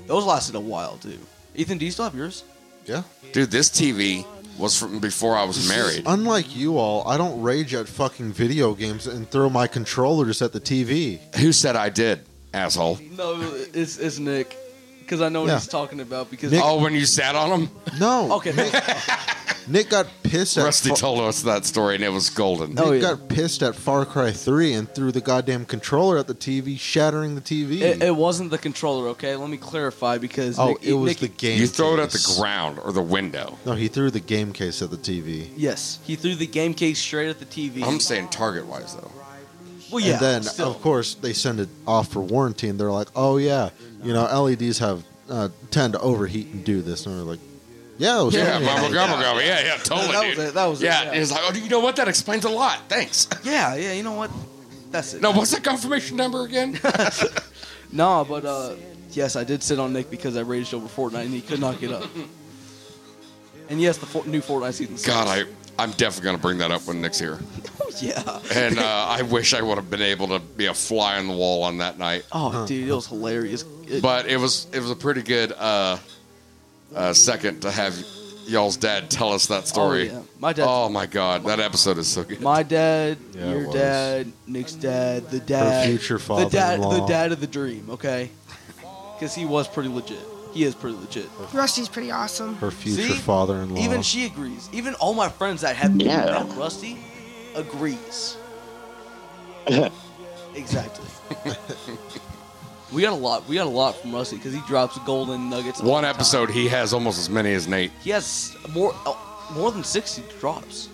S2: Those lasted a while too. Ethan, do you still have yours?
S4: Yeah.
S1: Dude, this TV was from before I was married.
S4: Unlike you all, I don't rage at fucking video games and throw my controllers at the TV.
S1: Who said I did, asshole?
S2: No, it's it's Nick, because I know what
S4: Yeah.
S2: he's talking about. Because
S4: Nick-
S2: oh,
S1: Oh, when you sat on him?
S4: No.
S2: okay, Nick-
S4: Nick got pissed at.
S1: Rusty
S4: Fa-
S1: told us that story, and it was golden.
S4: Nick
S2: Oh, yeah.
S4: got pissed at Far Cry 3 and threw the goddamn controller at the TV, shattering the TV.
S2: it, it wasn't the controller. Okay, let me clarify because
S4: oh,
S2: Nick,
S4: it was
S2: Nick-
S4: the game.
S1: You throw it at the
S4: case.
S1: ground or the window.
S4: No, he threw the game case at the TV.
S2: Yes, he threw the game case straight at the TV.
S1: I'm saying target wise though.
S2: well, yeah.
S4: and then,
S2: still.
S4: of course, they send it off for warranty, and they're like, "Oh yeah, you know, LEDs have uh, tend to overheat and do this." And we're like, "Yeah, it was
S1: Yeah,
S4: only
S1: yeah,
S4: an LED."
S1: yeah, yeah, yeah, totally.
S2: That- that was
S1: dude.
S2: it, that was it,
S1: yeah,
S2: yeah.
S1: it's like, oh, you know what? That explains a lot. Thanks.
S2: Yeah, yeah, you know what? That's it.
S1: No, what's that confirmation number again?
S2: No, but uh yes, I did sit on Nick because I raged over Fortnite and he could not get up. And yes, the for- new Fortnite season. sucks.
S1: God, I I'm definitely gonna bring that up when Nick's here.
S2: Oh, yeah.
S1: And uh, I wish I would have been able to be a fly on the wall on that night.
S2: Oh, dude, it was hilarious. It-
S1: But it was it was a pretty good uh, uh, second to have y'all's dad tell us that story.
S2: Oh,
S1: Oh,
S2: yeah. My dad's-
S1: my god, that episode is so good.
S2: my dad,
S4: Yeah, it
S2: your
S4: was.
S2: dad, Nick's dad, the dad,
S4: future
S2: the dad, the
S4: father-in-law.
S2: dad of the dream. Okay, because he was pretty legit. He is pretty legit.
S3: Rusty's pretty awesome.
S4: Her future
S2: See?
S4: father-in-law.
S2: Even she agrees. Even all my friends that have been
S7: Yeah.
S2: around Rusty agrees. exactly. we got a lot. We got a lot from Rusty because he drops golden nuggets. all
S1: One
S2: the time.
S1: episode, he has almost as many as Nate.
S2: He has more uh, more than sixty drops.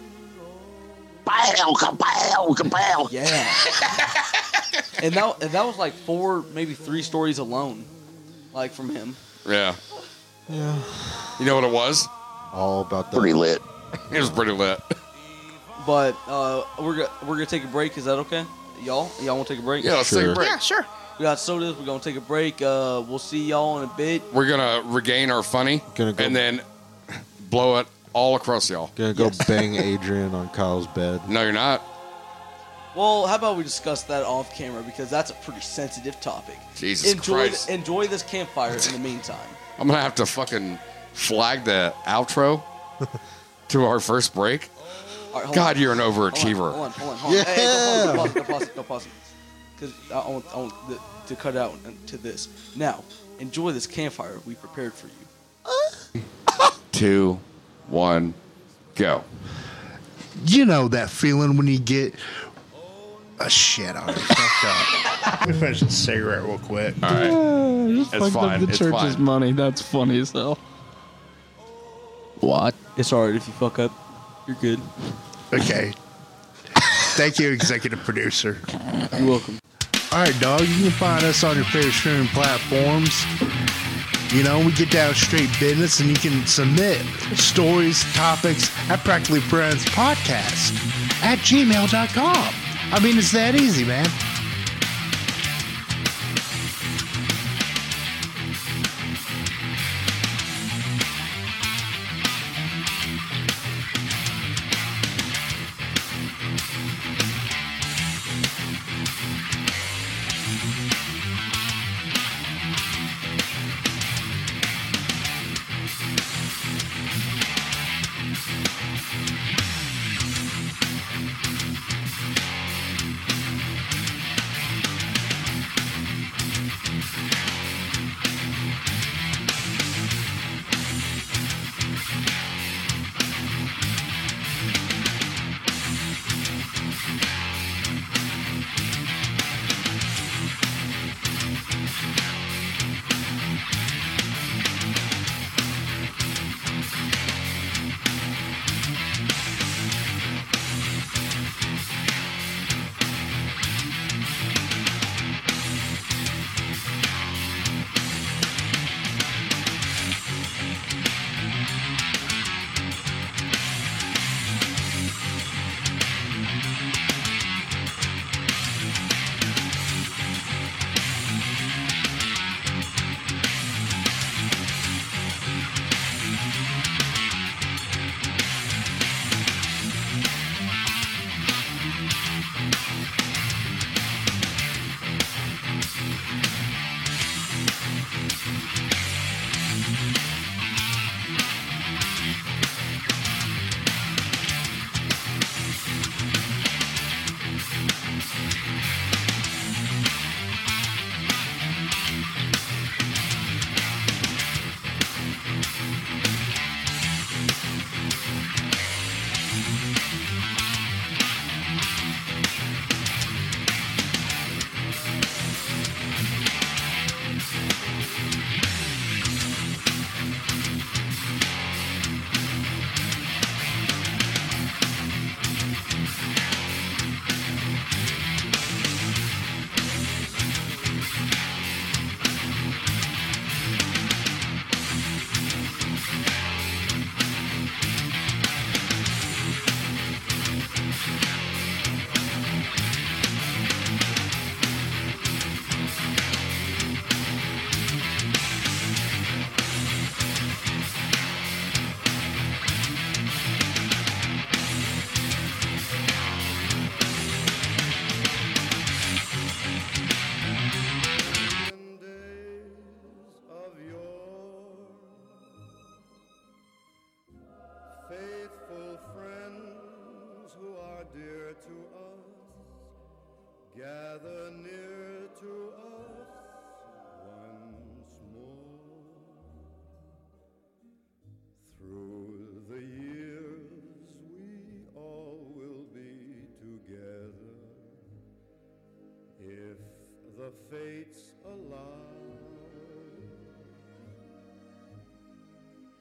S7: Bow, kabow, kabow.
S2: Yeah. and that and that was like four, maybe three stories alone, like from him.
S1: Yeah,
S4: yeah.
S1: you know what it was?
S4: all about that.
S7: Pretty lit.
S1: It was pretty lit.
S2: But uh, we're go- we're gonna take a break. Is that okay, y'all? Y'all want to take a break?
S1: Yeah, let's take a
S4: Sure.
S1: break.
S3: Yeah, sure.
S2: We got sodas. We're gonna take a break. Uh, we'll see y'all in a bit.
S1: We're gonna regain our funny
S4: Gonna go-
S1: and then blow it all across y'all.
S4: Gonna go
S2: Yes.
S4: bang Adrian on Kyle's bed.
S1: No, you're not.
S2: Well, how about we discuss that off camera because that's a pretty sensitive topic.
S1: Jesus
S2: enjoy
S1: Christ.
S2: enjoy this campfire in the meantime.
S1: I'm gonna have to fucking flag the outro to our first break.
S2: All right, hold
S1: God,
S2: on.
S1: you're an overachiever.
S2: Hold on, hold on, hold on. Yeah. Hey, hey, don't pause it, don't pause it, don't pause it. Because I want, I want the, to cut out and- to this. Now, enjoy this campfire we prepared for you.
S1: Two, one, go.
S8: you know that feeling when you get a shit on it. Fucked up. Let me finish this cigarette real quick.
S1: All right, it's fine.
S9: the
S1: It's
S9: church's
S1: fine.
S9: money. That's funny as hell.
S2: What? It's alright if you fuck up. You're good.
S8: Okay. Thank you, executive producer.
S2: You're welcome.
S8: All right, dog. You can find us on your favorite streaming platforms. You know, we get down straight business, and you can submit stories, topics at Practically Friends Podcast at gmail.com. I mean, it's that easy, man.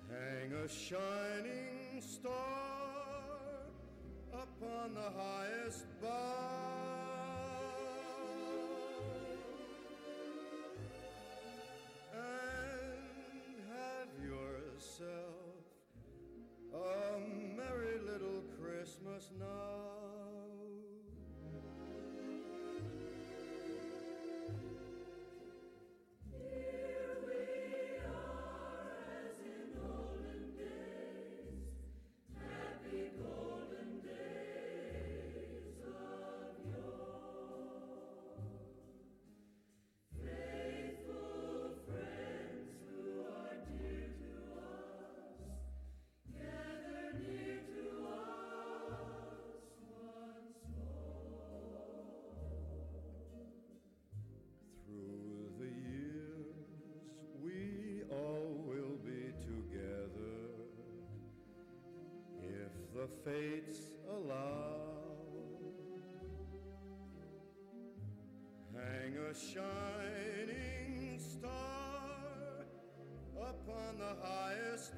S9: sang a shining star upon the highest bough. And have yourself a merry little Christmas now. Through the years, we all will be together if the fates allow. Hang a shining star upon the highest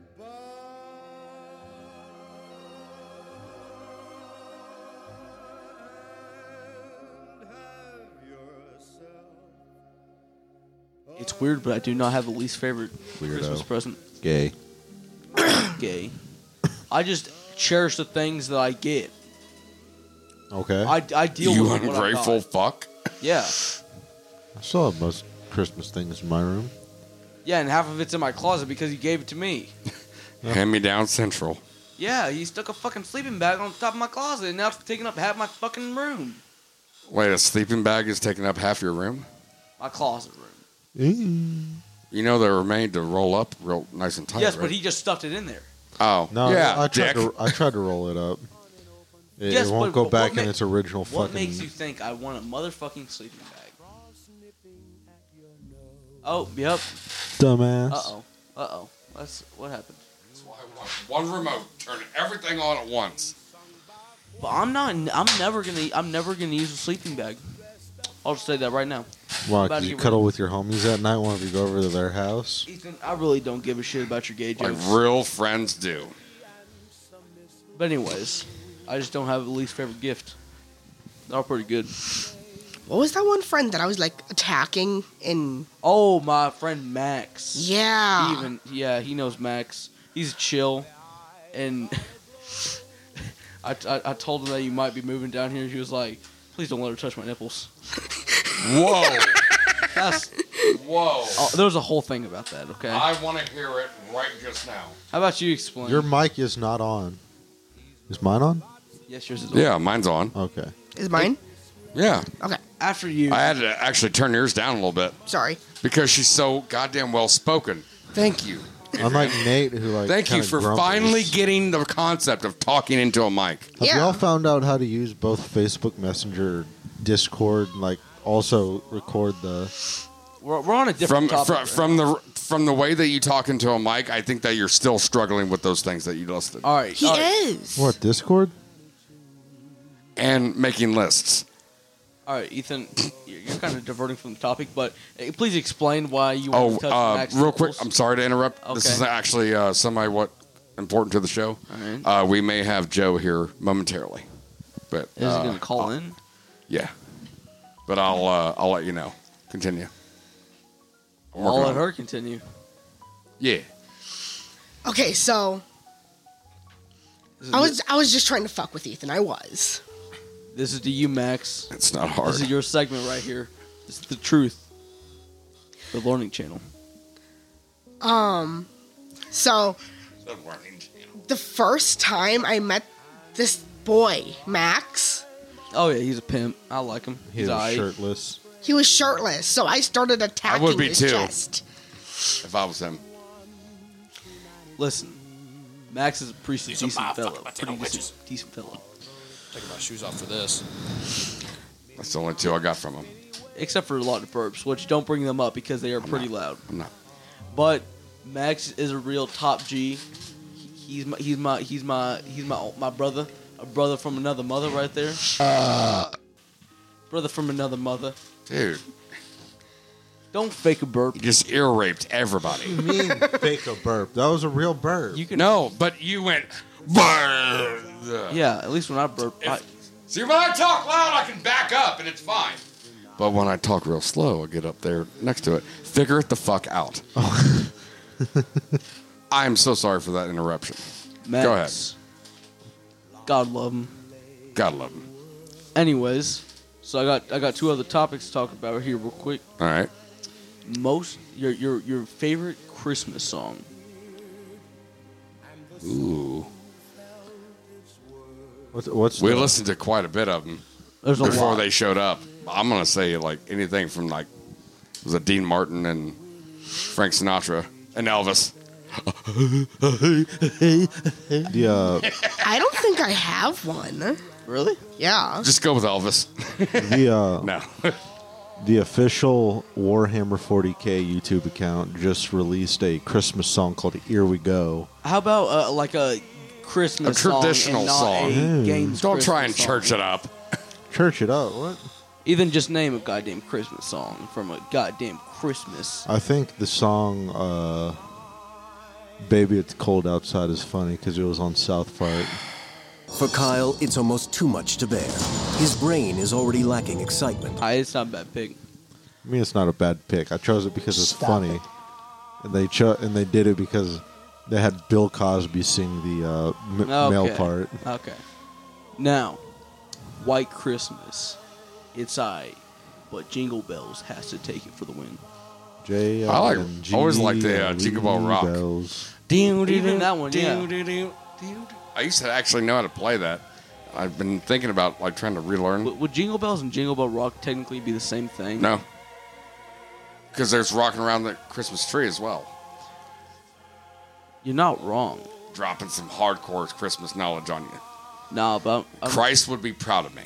S9: bar. And have yourself
S2: It's weird, but I do not have a least favorite Christmas present.
S4: Gay.
S2: Gay. I just cherish the things that I get.
S4: Okay. I
S2: I, I deal
S1: you
S2: with what I
S1: ungrateful
S2: got.
S1: fuck.
S2: Yeah.
S4: still have most Christmas things in my room.
S2: Yeah, and half of it's in my closet because he gave it to me.
S1: Hand me down central.
S2: Yeah, he stuck a fucking sleeping bag on top of my closet, and now it's taking up half my fucking room.
S1: Wait, a sleeping bag is taking up half your room?
S2: My closet room. Mm.
S1: You know they're made to roll up real nice and tight.
S2: yes,
S1: right?
S2: but he just stuffed it in there.
S1: Oh,
S4: No,
S1: yeah,
S4: I tried
S1: dick.
S4: to I tried to roll it up. It,
S2: Yes,
S4: it won't
S2: but-
S4: go
S2: but
S4: back
S2: what
S4: in
S2: ma-
S4: its original
S2: What
S4: fucking.
S2: makes you think I want a motherfucking sleeping bag? Oh, yep.
S4: dumbass?
S2: Uh oh. Uh oh. That's what happened.
S1: That's why I want one remote. Turn everything on at once.
S2: But I'm not. I'm never gonna. I'm never gonna use a sleeping bag. I'll just say that right now.
S4: Why?
S2: About
S4: 'cause
S2: to
S4: you
S2: get
S4: cuddle with your homies at night whenever you go over to their house.
S2: Ethan, I really don't give a shit about your gay
S1: Like
S2: jokes.
S1: real friends do.
S2: But anyways, I just don't have a least favorite gift. They're all pretty good.
S3: What was that one friend that I was like attacking in?
S2: Oh, my friend Max.
S3: Yeah.
S2: Even yeah, he knows Max. He's chill, and I, I I told him that you might be moving down here. He was like, "Please don't let her touch my nipples."
S1: Whoa,
S2: That's
S1: whoa!
S2: oh, there was a whole thing about that. Okay, how
S1: I want to hear it right just now.
S2: about you explain?
S4: Your mic is not on. Is mine on?
S2: yes, yours is. on.
S1: Yeah, mine's on.
S4: Okay.
S3: Is mine?
S1: Yeah,
S3: Okay,
S2: After you,
S1: I had to actually turn yours down a little bit
S3: sorry.
S1: because she's so goddamn well spoken. Thank you.
S4: Unlike Nate, who like.
S1: Thank you
S4: kinda
S1: for
S4: grumbles.
S1: finally getting the concept of talking into a mic.
S4: Have
S3: Yeah.
S4: y'all found out how to use both Facebook Messenger, Discord, and, like also record the?
S2: we're, we're on a
S1: From
S2: different topic.
S1: from, from the from the way that you talk into a mic, I think that you're still struggling with those things that you listed
S4: Uh
S2: all right,
S3: He
S2: all right,
S3: is.
S4: What Discord?
S1: and making lists.
S2: all right, Ethan, you're, you're kind of diverting from the topic, but eh, please explain why you want
S1: Oh,
S2: to touch
S1: uh,
S2: Max.
S1: real quick, I'm
S2: nipples.
S1: sorry to interrupt. This
S2: Okay.
S1: is actually uh, semi what important to the show.
S2: Alright.
S1: Uh, we may have Joe here momentarily, but
S2: Is
S1: uh,
S2: he gonna call in?
S1: yeah, but I'll uh, I'll let you know. Continue. I'm
S2: I'll
S1: working
S2: let
S1: on it.
S2: her continue.
S1: Yeah,
S3: Okay, so
S2: This is,
S3: I was I was just trying to fuck with Ethan. I was.
S2: this is to you, Max.
S1: it's not hard.
S2: This is your segment right here. This is the truth. The Learning Channel.
S3: Um, so
S1: The warning channel.
S3: the first time I met this boy Max,
S2: Oh yeah, he's a pimp. I like him.
S4: He
S2: He's
S4: was
S2: aight.
S4: shirtless.
S3: he was shirtless, so I started attacking
S1: be
S3: his
S1: too.
S3: chest.
S1: If I was him,
S2: Listen, Max is a pretty decent fellow. Pretty decent, decent fellow.
S10: Taking my shoes off for this.
S1: that's the only two I got from him.
S2: Except for a lot of burps, which don't bring them up because they are pretty loud.
S1: I'm not.
S2: But Max is a real top G. He- He's my he's my he's my he's my my brother, a brother from another mother right there.
S1: Uh.
S2: brother from another mother.
S1: Dude,
S2: Don't fake a burp.
S1: You just ear raped everybody.
S4: mean fake a burp? That was a real burp.
S2: You can.
S1: no, but you went. "Brrr."
S2: Yeah, at least when I burp, I,
S1: See, when I talk loud, I can back up and it's fine. But when I talk real slow, I get up there next to it. Figure it the fuck out. I'm so sorry for that interruption.
S2: Max. God love him.
S1: God love him.
S2: Anyways, so I got I got two other topics to talk about here real quick.
S1: All right.
S2: Most your your your favorite Christmas song.
S1: Ooh.
S4: What's, what's
S1: We
S4: the-
S1: listened to quite a bit of them
S2: There's a
S1: before
S2: lot.
S1: they showed up. I'm gonna say like anything from like it was a Dean Martin and Frank Sinatra and Elvis.
S4: the uh,
S3: I don't think I have one.
S2: really
S3: Yeah.
S1: Just go with Elvis.
S4: the uh,
S1: No.
S4: the official Warhammer 40k YouTube account just released a Christmas song called "Here We Go."
S2: how about uh, like a Christmas
S1: A
S2: song and
S1: traditional
S2: not
S1: song.
S2: a
S4: Ooh.
S2: games
S1: Don't try and
S2: Christmas
S1: church
S2: song?
S1: it up.
S4: Church it up. What?
S2: Even just name a goddamn Christmas song from a goddamn Christmas.
S4: I think the song uh, "Baby It's Cold Outside" is funny because it was on South Park.
S11: For Kyle, it's almost too much to bear. His brain is already lacking excitement.
S2: I, it's not a bad pick.
S4: I mean, it's not a bad pick. I chose it because it's
S11: Stop
S4: funny,
S11: it.
S4: and they cho- and they did it because they had Bill Cosby sing the uh, m-
S2: Okay.
S4: male part.
S2: Okay. Now, White Christmas. It's I, but Jingle Bells has to take it for the win.
S4: J uh,
S1: I like-
S4: and
S1: I always liked the,
S4: G
S1: uh,
S4: and
S1: Jingle Bell Rock.
S4: Bells.
S2: Even that one, yeah.
S1: I used to actually know how to play that. I've been thinking about like trying to relearn.
S2: Would, would Jingle Bells and Jingle Bell Rock technically be the same thing?
S1: No. Because there's rocking around the Christmas tree as well.
S2: You're not wrong.
S1: Dropping some hardcore Christmas knowledge on you.
S2: Nah, but I'm,
S1: Christ would be proud of me.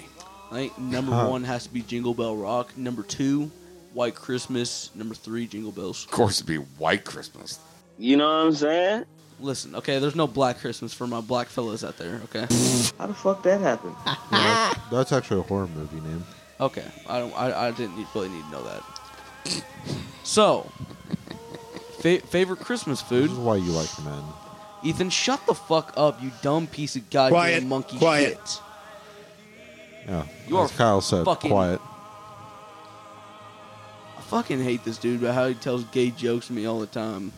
S2: I think number
S4: Huh.
S2: one has to be Jingle Bell Rock. Number two, White Christmas. Number three, Jingle Bells.
S1: Of course, it'd be white Christmas.
S7: You know what I'm saying?
S2: Listen, okay, there's no Black Christmas for my black fellas out there, okay?
S7: How the fuck that happened?
S11: Ah.
S4: Yeah, that's actually a horror movie name.
S2: Okay, I don't. I, I didn't need, really need to know that. So, fa- favorite Christmas food?
S4: This is why you like men.
S2: Ethan, shut the fuck up, you dumb piece of goddamn
S8: Quiet,
S2: monkey
S8: quiet.
S2: shit.
S4: Yeah,
S2: You
S4: as
S2: are
S4: Kyle said,
S2: fucking-
S4: quiet.
S2: I fucking hate this dude about how he tells gay jokes to me all the time.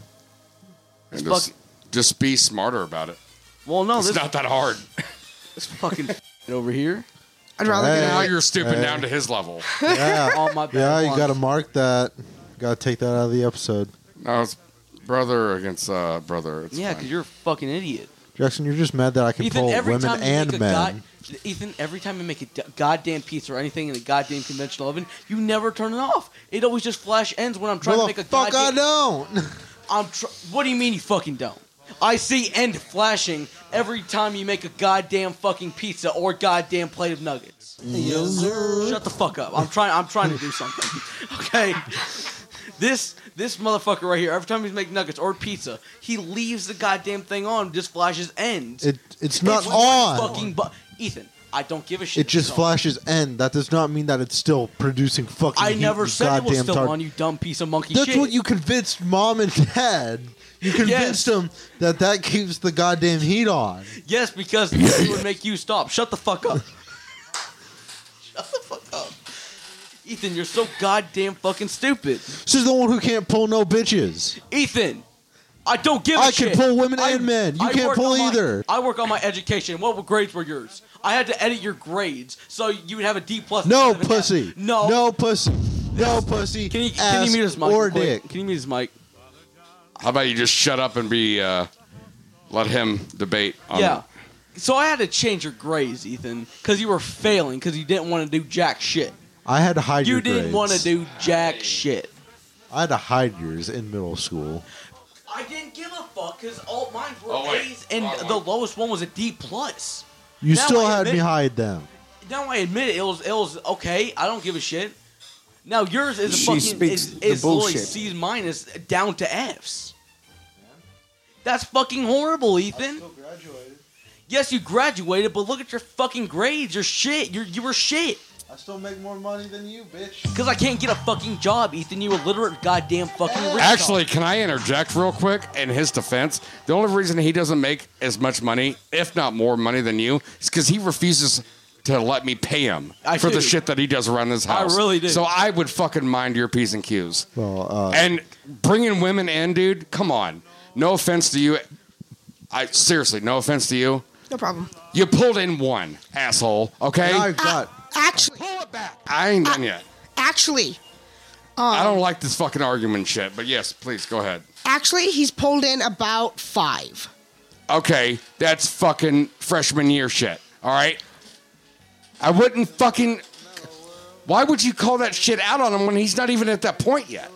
S1: And
S2: It's
S1: just, just be smarter about it.
S2: Well, no,
S1: it's
S2: this,
S1: not that hard.
S2: this fucking over here.
S3: I'd rather get
S4: Hey.
S1: Now
S3: out.
S1: you're stooping
S4: Hey.
S1: down to his level.
S4: Yeah,
S2: All my bad
S4: yeah, you
S2: ones.
S4: got to mark that. Got to take that out of the episode.
S1: No, it's brother against uh, brother. It's
S2: Yeah,
S1: fine.
S2: because you're a fucking idiot.
S4: Jackson, you're just mad that I can
S2: Ethan,
S4: pull
S2: every
S4: women
S2: time you
S4: and
S2: make a
S4: men.
S2: god- Ethan, every time you make a d- goddamn pizza or anything in a goddamn conventional oven, you never turn it off. It always just flash ends when I'm trying
S4: well,
S2: to make a
S4: the fuck
S2: goddamn.
S4: I don't.
S2: I'm. Tr- what do you mean you fucking don't? I see end flashing every time you make a goddamn fucking pizza or goddamn plate of nuggets. Shut the fuck up. I'm trying. I'm trying to do something. Okay. This this motherfucker right here. Every time he's making nuggets or pizza, he leaves the goddamn thing on. Just flashes end.
S4: It, it's not
S2: It's
S4: on.
S2: Fucking bu- Ethan. I don't give a shit.
S4: it just
S2: It's on.
S4: flashes end. That does not mean that it's still producing fucking.
S2: I
S4: heat,
S2: never
S4: you
S2: said it was
S4: goddamn
S2: still
S4: tar-
S2: on. You dumb piece of monkey
S4: That's
S2: shit.
S4: what you convinced mom and dad. You
S2: Yes.
S4: convinced them that that keeps the goddamn heat on.
S2: Yes, because it would make you stop. Shut the fuck up. Shut the fuck up. Ethan, you're so goddamn fucking stupid.
S4: This is the one who can't pull no bitches.
S2: Ethan, I don't give a
S4: I can
S2: shit.
S4: pull women and men. You can't
S2: work
S4: pull
S2: on my-
S4: either.
S2: I work on my education. What grades were yours? I had to edit your grades so you would have a D plus. instead
S4: No
S2: of an F.
S4: pussy.
S2: No.
S4: No pussy. No pussy.
S2: Can you can
S4: ass
S2: you mute his mic?
S4: or
S2: real quick?
S4: dick?
S2: Can you mute his mic?
S1: How about you just shut up and be? Uh, let him debate. On
S2: yeah. So I had to change your grades, Ethan, because you were failing because you didn't want to do jack shit.
S4: I had to hide
S2: You
S4: your
S2: didn't
S4: grades.
S2: want to do jack shit.
S4: I had to hide yours in middle school.
S2: I didn't give a fuck because all mine were
S1: Oh, wait.
S2: A's and
S1: Wrong
S2: the
S1: one.
S2: lowest one was a D plus.
S4: You
S2: Now
S4: still
S2: I
S4: had
S2: admit-
S4: me hide them.
S2: Now I admit it, it was it was okay. I don't give a shit. Now yours is a
S12: She
S2: fucking
S12: speaks
S2: is,
S12: the
S2: is literally
S12: bullshit.
S2: C's minus down to F's. That's fucking horrible, Ethan. Yes, you graduated, but look at your fucking grades. You're shit. You're you were shit.
S4: I still make more money than you, bitch.
S12: Because I can't get a fucking job, Ethan. You illiterate goddamn fucking rich.
S1: Actually, can I interject real quick in his defense? The only reason he doesn't make as much money, if not more money than you, is because he refuses to let me pay him
S12: I
S1: for the
S12: do.
S1: shit that he does around his
S12: I
S1: house.
S12: really do.
S1: So I would fucking mind your P's and Q's.
S4: Well, uh,
S1: and bringing women in, dude, come on. No offense to you. I seriously, no offense to you.
S3: No problem.
S1: You pulled in one, asshole. Okay?
S4: And I've got
S3: Actually,
S1: I ain't done yet.
S3: actually,
S4: Uh,
S1: I don't like this fucking argument shit, but yes, please go ahead.
S3: actually, he's pulled in about five.
S1: Okay, that's fucking freshman year shit. All right? I wouldn't fucking. Why would you call that shit out on him when he's not even at that point yet?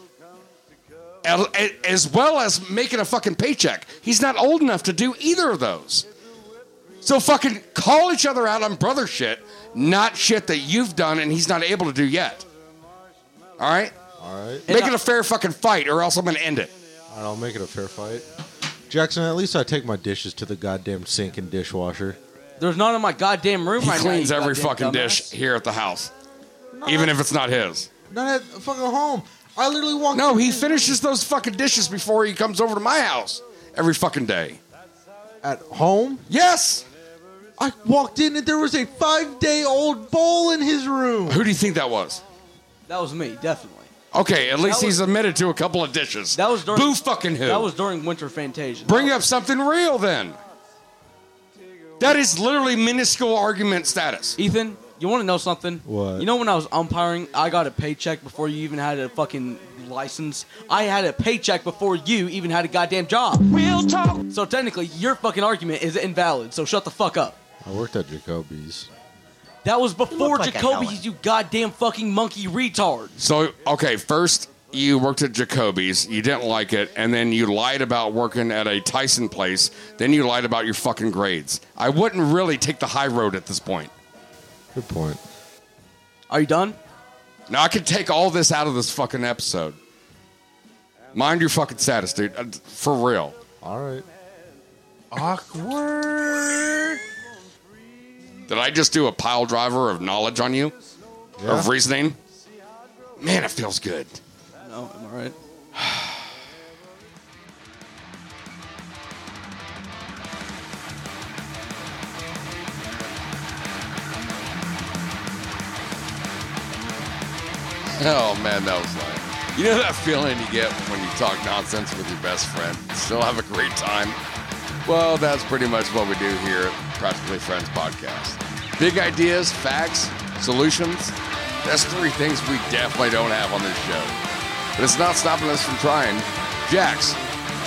S1: Al- a- As well as making a fucking paycheck. He's not old enough to do either of those. So fucking call each other out on brother shit, not shit that you've done and he's not able to do yet. All right?
S4: all right.
S1: Make it a fair fucking fight or else I'm going to end it.
S4: All right, I'll make it a fair fight. Jackson, at least I take my dishes to the goddamn sink and dishwasher.
S12: There's none in my goddamn room
S1: He
S12: right now.
S1: cleans
S12: you
S1: every fucking
S12: goddamn
S1: dish
S12: dumbass.
S1: here at the house, even if it's not his.
S4: Not at fucking home. I literally walked.
S1: No, he finishes those fucking dishes before he comes over to my house every fucking day.
S4: At home?
S1: Yes.
S4: I walked in and there was a five day old bowl in his room.
S1: Who do you think that was?
S12: That was me, definitely.
S1: Okay, at least
S12: That was-
S1: he's admitted to a couple of dishes.
S12: That was during.
S1: Boo fucking who?
S12: That was during Winter Fantasia.
S1: Bring up something real then. That is literally minuscule argument status.
S12: Ethan, you want to know something?
S4: What?
S12: You know when I was umpiring, I got a paycheck before you even had a fucking license. I had a paycheck before you even had a goddamn job. Real talk. So technically, your fucking argument is invalid. So shut the fuck up.
S4: I worked at Jacoby's.
S12: That was before
S11: like a
S12: Jacoby's,
S11: helmet.
S12: you goddamn fucking monkey retard.
S1: So, okay, first you worked at Jacoby's, you didn't like it, and then you lied about working at a Tyson place, then you lied about your fucking grades. I wouldn't really take the high road at this point.
S4: Good point.
S12: Are you done?
S1: Now I can take all this out of this fucking episode. Mind your fucking status, dude. Uh, For real.
S4: All right.
S8: Awkward.
S1: Did I just do a pile driver of knowledge on you?
S4: Yeah.
S1: Of reasoning? Man, it feels good.
S12: No, I'm alright.
S1: Oh man, that was like you know that feeling you get when you talk nonsense with your best friend, still have a great time. Well, that's pretty much what we do here at Practically Friends Podcast. Big ideas, facts, solutions. That's three things we definitely don't have on this show. But it's not stopping us from trying. Jax,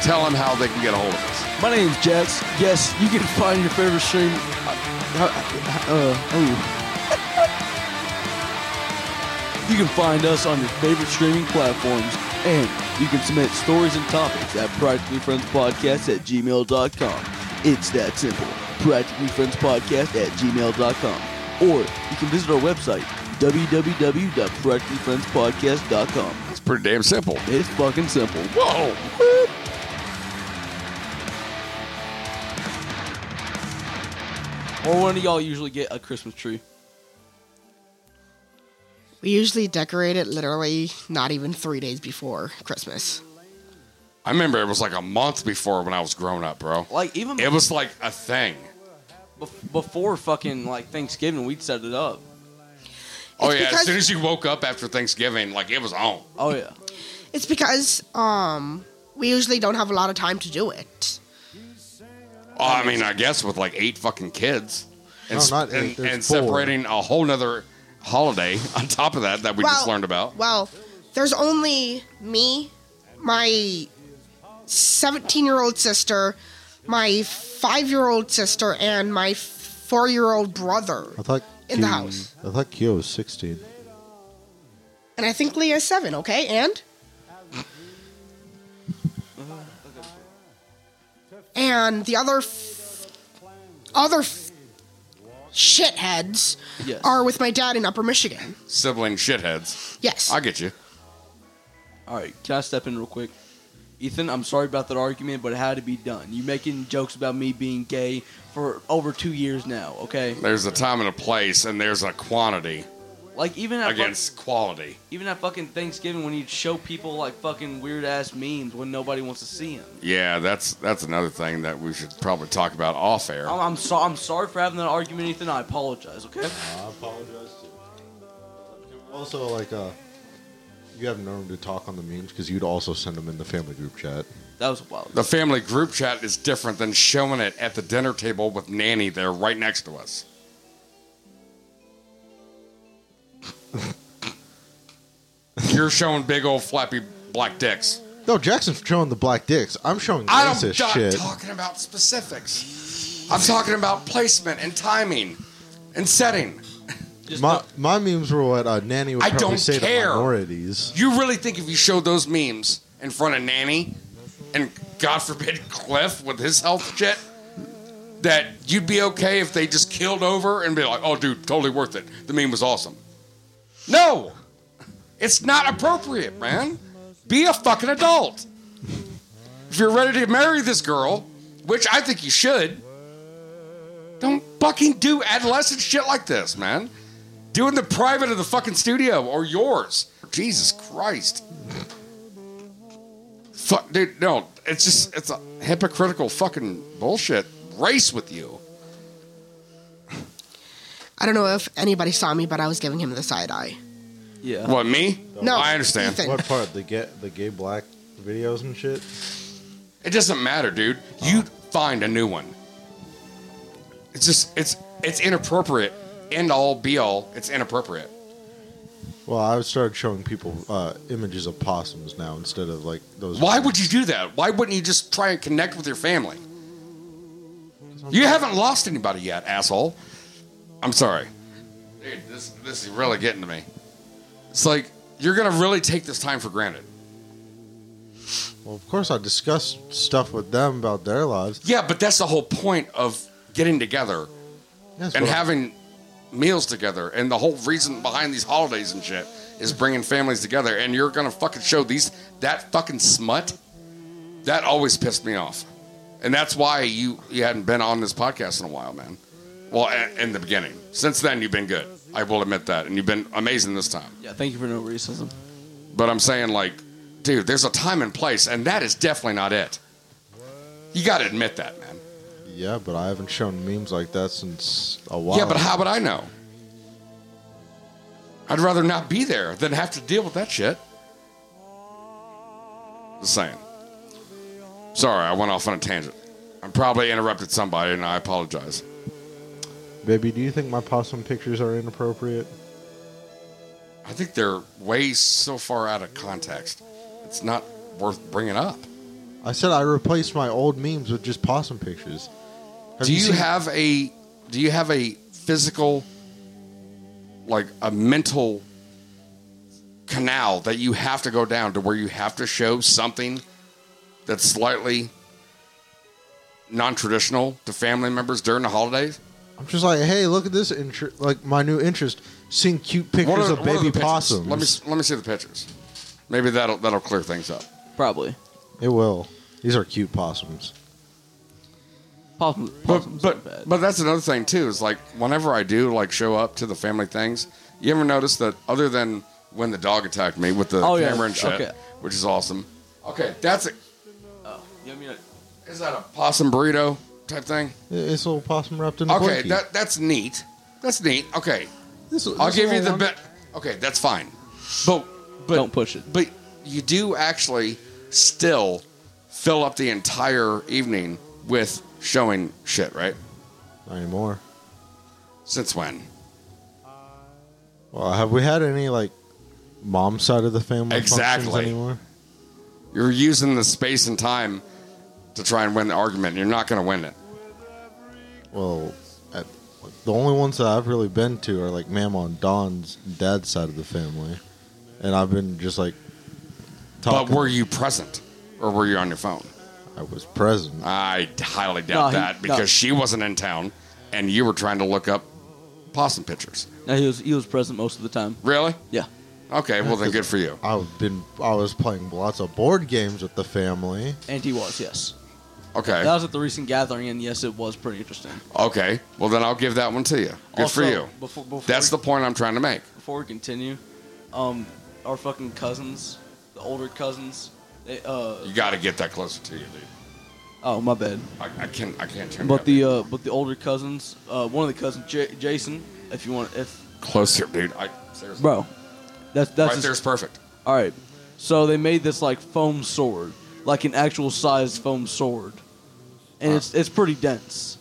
S1: tell them how they can get a hold of us.
S2: My name's Jax. Yes, you can find your favorite stream. Uh, uh, uh, oh. you can find us on your favorite streaming platforms, and you can submit stories and topics at practicallyfriendspodcast at gmail.com. It's that simple. Practicallyfriendspodcast at gmail.com. Or you can visit our website, www.practicallyfriendspodcast.com.
S1: It's pretty damn simple.
S2: It's fucking simple.
S1: Whoa!
S12: Or when do y'all usually get a Christmas tree?
S3: We usually decorate it literally not even three days before Christmas.
S1: I remember it was like a month before when I was growing up, bro.
S12: Like even
S1: It was like a thing.
S12: bef- before fucking like Thanksgiving, we'd set it up.
S1: Oh
S3: It's
S1: yeah, as
S3: because-
S1: soon as you woke up after Thanksgiving, like it was on.
S12: Oh yeah.
S3: It's because um, we usually don't have a lot of time to do it.
S1: Oh, I mean, I guess with like eight fucking kids, and,
S4: No,
S1: s-
S4: not
S1: and-
S4: eight, there's
S1: and
S4: four.
S1: separating a whole nother holiday on top of that that we just
S3: Well-
S1: learned about.
S3: Well, there's only me, my 17 year old sister, my five year old sister, and my four year old brother.
S4: I thought
S3: In the house.
S4: I thought Kyo was sixteen.
S3: And I think Leah's seven, okay? And? And the other f- other f- shitheads
S12: Yes.
S3: are with my dad in Upper Michigan.
S1: Sibling shitheads.
S3: Yes.
S1: I get you.
S12: All right, can I step in real quick? Ethan, I'm sorry about that argument, but it had to be done. You making jokes about me being gay for over two years now, okay?
S1: There's a time and a place, and there's a quantity.
S12: Like even at
S1: Against quality.
S12: even at fucking Thanksgiving when you show people like fucking weird ass memes when nobody wants to see them.
S1: Yeah, that's that's another thing that we should probably talk about off air.
S12: I'm I'm, so, I'm sorry for having that argument, Ethan. I apologize. Okay.
S4: I apologize too. Also, like, uh, you have no room to talk on the memes because you'd also send them in the family group chat.
S12: That was wild.
S1: The family group chat is different than showing it at the dinner table with Nanny there right next to us. You're showing big old flappy black dicks.
S4: No, Jackson's showing the black dicks. I'm showing
S1: I don't
S4: racist
S1: I'm
S4: shit.
S1: talking about specifics. I'm talking about placement and timing and setting.
S4: my, my memes were what uh, Nanny would
S1: I
S4: probably
S1: don't
S4: say
S1: care.
S4: to minorities.
S1: You really think if you show those memes in front of Nanny and God forbid Cliff with his health shit, that you'd be okay if they just killed over and be like, oh, dude, totally worth it. The meme was awesome. No! It's not appropriate, man. Be a fucking adult. If you're ready to marry this girl, which I think you should, don't fucking do adolescent shit like this, man. Do it in the private of the fucking studio or yours. Jesus Christ. Fuck, dude, no. It's just, it's a hypocritical fucking bullshit race with you.
S3: I don't know if anybody saw me, but I was giving him the side eye.
S12: Yeah.
S1: What, me?
S3: No,
S1: I understand.
S3: Ethan.
S4: What part? The get the gay black videos and shit.
S1: It doesn't matter, dude. You find a new one. It's just, it's, it's inappropriate. End all, be all. It's inappropriate.
S4: Well, I've started showing people uh, images of possums now instead of like those.
S1: Why would you do that? Why wouldn't you just try and connect with your family? You haven't lost anybody yet, asshole. I'm sorry. Dude, this, this is really getting to me. It's like, you're going to really take this time for granted.
S4: Well, of course, I discuss stuff with them about their lives.
S1: Yeah, but that's the whole point of getting together
S4: Yes,
S1: and
S4: but-
S1: having meals together. And the whole reason behind these holidays and shit is bringing families together. And you're gonna fucking show these that fucking smut. That always pissed me off, and that's why you you hadn't been on this podcast in a while, man. Well, a- in the beginning. Since then, you've been good. I will admit that, and you've been amazing this time.
S12: Yeah. Thank you for no racism.
S1: But I'm saying, like, dude, there's a time and place, and that is definitely not it. You gotta admit that, man.
S4: Yeah, but I haven't shown memes like that since a while.
S1: Yeah, but how would I know? I'd rather not be there than have to deal with that shit. Just saying. Sorry, I went off on a tangent. I probably interrupted somebody, and I apologize.
S4: Baby, do you think my possum pictures are inappropriate?
S1: I think they're way so far out of context. It's not worth bringing up.
S4: I said I replaced my old memes with just possum pictures.
S1: do you
S4: seen-
S1: have a do you have a physical like a mental canal that you have to go down to where you have to show something that's slightly non-traditional to family members during the holidays
S4: I'm just like, hey, look at this inter- like my new interest, seeing cute
S1: What
S4: pictures
S1: are-
S4: of
S1: what are the
S4: baby
S1: pictures?
S4: possums.
S1: let me s- let me see the pictures maybe that'll that'll clear things up
S12: Probably.
S4: It will. These are cute possums.
S12: Possum,
S1: but
S12: possums
S1: but
S12: aren't bad.
S1: but that's another thing too is like whenever I do like show up to the family things, you ever notice that other than when the dog attacked me with the
S12: Oh, yeah.
S1: camera and shit,
S12: Okay.
S1: which is awesome. Okay, that's a,
S12: Oh, you want me to-
S1: is that a possum burrito type thing?
S4: I- It's a little possum wrapped in a
S1: Okay,
S4: Twinkie.
S1: that that's neat. That's neat. Okay,
S4: This-
S1: I'll
S4: this
S1: give you
S4: little
S1: the
S4: one-
S1: bit. Okay, that's fine. But but
S12: don't push it.
S1: But you do actually still fill up the entire evening with showing shit, right?
S4: Not anymore.
S1: Since when?
S4: Well, have we had any like mom side of the family
S1: Exactly.
S4: functions anymore?
S1: You're using the space and time to try and win the argument. You're not going to win it.
S4: Well, at, the only ones that I've really been to are like Mama and Don's dad's side of the family, and I've been just like.
S1: But were you present or were you on your phone?
S4: I was present.
S1: I highly doubt
S12: No, he-
S1: that
S12: no.
S1: because she wasn't in town and you were trying to look up possum pictures.
S12: No, he was he was present most of the time.
S1: Really?
S12: Yeah.
S1: Okay, well then good for you.
S4: I've been. I was playing lots of board games with the family.
S12: And he was yes. That
S1: Okay.
S12: was at the recent gathering, and yes, it was pretty interesting.
S1: Okay. Well then I'll give that one to you. Good for
S12: Also,
S1: you.
S12: Before, before
S1: That's
S12: we-
S1: the point I'm trying to make.
S2: before we continue, um, our fucking cousins, the older cousins, they, uh,
S1: You got to get that closer to you, dude.
S2: oh my bad.
S1: I, I can't. I can't turn.
S2: But
S1: it
S2: the uh, but the older cousins, uh, one of the cousins, J- Jason, if you want, if
S1: up. closer, dude. I seriously,
S2: bro, that's that's
S1: right
S2: just-
S1: there's perfect.
S2: All right. So they made this like foam sword, like an actual size foam sword, and it's it's pretty dense.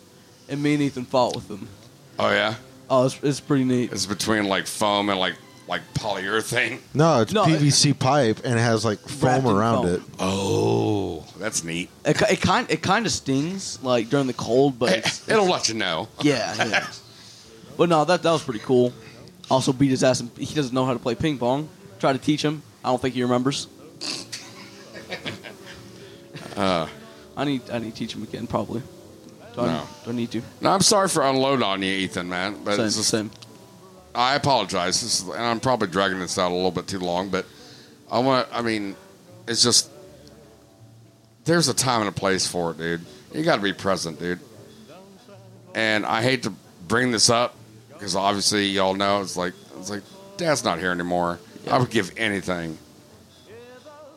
S2: And me and Ethan fought with them.
S1: Oh yeah,
S2: Oh, it's, it's pretty neat.
S1: it's between like foam and like like polyurethane.
S4: No, it's
S2: No, it-
S4: PVC pipe and it has like foam
S2: Wrapped in
S4: around
S2: foam.
S4: it.
S1: Oh, that's neat.
S2: It, ki- it kind it kind of stings like during the cold, but it's,
S1: It'll let you know.
S2: yeah, yeah. But no, that that was pretty cool. Also beat his ass. And he doesn't know how to play ping pong. Try to teach him. I don't think he remembers.
S1: Uh,
S2: I need I need to teach him again probably. Do I,
S1: No.
S2: do I need to?
S1: no, I'm sorry for unloading on you, Ethan, man. But
S2: Same,
S1: it's just,
S2: same.
S1: I apologize, this is, and I'm probably dragging this out a little bit too long, but I want. I mean, it's just there's a time and a place for it, dude. You got to be present, dude. And I hate to bring this up because obviously y'all know it's like it's like Dad's not here anymore. I would give anything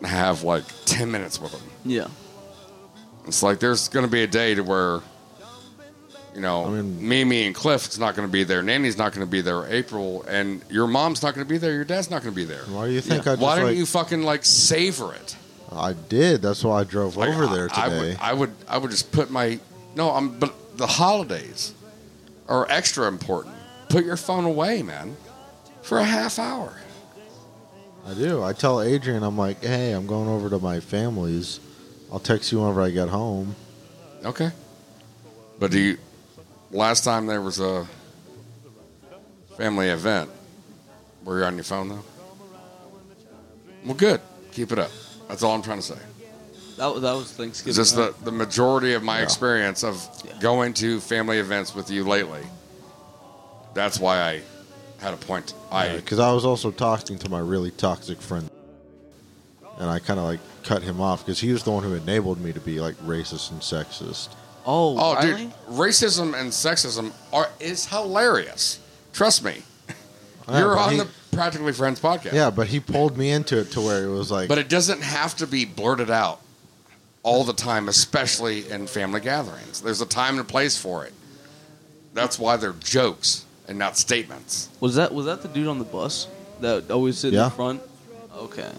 S1: to have like ten minutes with him.
S2: Yeah.
S1: It's like there's going to be a day to where, you know, Mimi and Cliff's not going to be there, Nanny's not going to be there, April, and your mom's not going to be there, your dad's not going to be there.
S4: Why do you think I just
S1: Why don't
S4: like,
S1: you fucking like savor it?
S4: I did. That's why I drove
S1: Like,
S4: over there today.
S1: I, I would, I would, I would just put my no. I'm but the holidays are extra important. Put your phone away, man, for a half hour.
S4: I do. I tell Adrian, I'm like, hey, I'm going over to my family's. I'll text you whenever I get home.
S1: Okay. But do you? Last time there was a family event. Were you on your phone though? Well, good. Keep it up. That's all I'm trying to say.
S2: That was that was Thanksgiving.
S1: It's just
S2: right?
S1: the, the majority of my experience of going to family events with you lately. That's why I had a point. I
S4: Because I was also talking to my really toxic friend. And I kind of like cut him off because he was the one who enabled me to be like racist and sexist.
S2: oh,
S1: oh,
S2: really?
S1: dude, racism and sexism are is hilarious. Trust me.
S4: Yeah,
S1: You're
S4: but
S1: on
S4: he-
S1: the Practically Friends podcast.
S4: Yeah, but he pulled me into it to where it was like,
S1: But it doesn't have to be blurted out all the time, especially in family gatherings. There's a time and a place for it. That's why they're jokes and not statements.
S2: Was that was that the dude on the bus that always sit
S4: Yeah.
S2: in the front? Okay,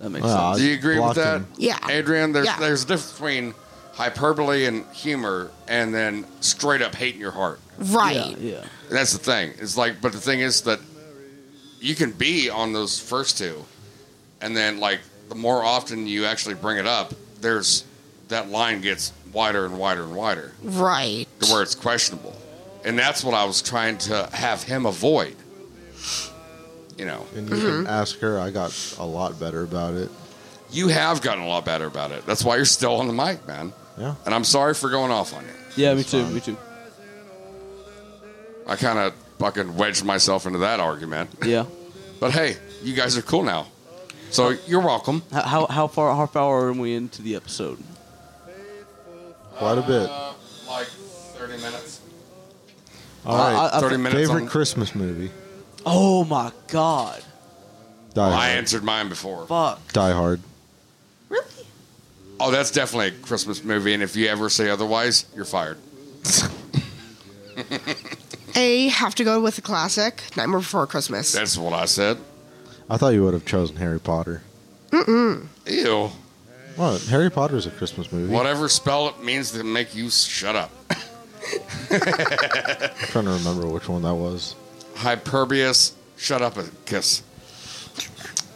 S2: that makes
S4: Well,
S2: sense.
S1: Do you agree with
S4: blocked
S1: that?
S4: him.
S3: Yeah.
S1: Adrian, there's
S3: Yeah.
S1: there's a difference between hyperbole and humor and then straight up hate in your heart.
S3: Right.
S2: Yeah, yeah.
S1: And that's the thing. It's like but the thing is that you can be on those first two and then like the more often you actually bring it up, there's that line gets wider and wider and wider.
S3: Right.
S1: to where it's questionable. And that's what I was trying to have him avoid. You know,
S4: and you can ask her. I got a lot better about it.
S1: you have gotten a lot better about it. That's why you're still on the mic, man.
S4: Yeah.
S1: And I'm sorry for going off on you.
S2: yeah, me too, me too.
S1: I kind of fucking wedged myself into that argument.
S2: Yeah.
S1: But hey, you guys are cool now. So you're welcome.
S2: How, how how far how far are we into the episode?
S4: Quite a bit.
S1: Uh, like 30 minutes.
S4: All right.
S2: I- I-
S1: 30 minutes.
S4: Favorite
S1: on-
S4: Christmas movie?
S2: Oh my god!
S4: Die
S1: I
S4: Hard.
S1: answered mine before.
S2: Fuck.
S4: Die Hard.
S2: Really?
S1: Oh, that's definitely a Christmas movie. And if you ever say otherwise, you're fired.
S3: I have to go with the classic Nightmare Before Christmas.
S1: That's what I said.
S4: I thought you would have chosen Harry Potter.
S1: Ew.
S4: What? Harry Potter's a Christmas movie.
S1: Whatever spell it means to make you shut up.
S4: I'm trying to remember which one that was.
S1: Hyperbius, shut up and kiss.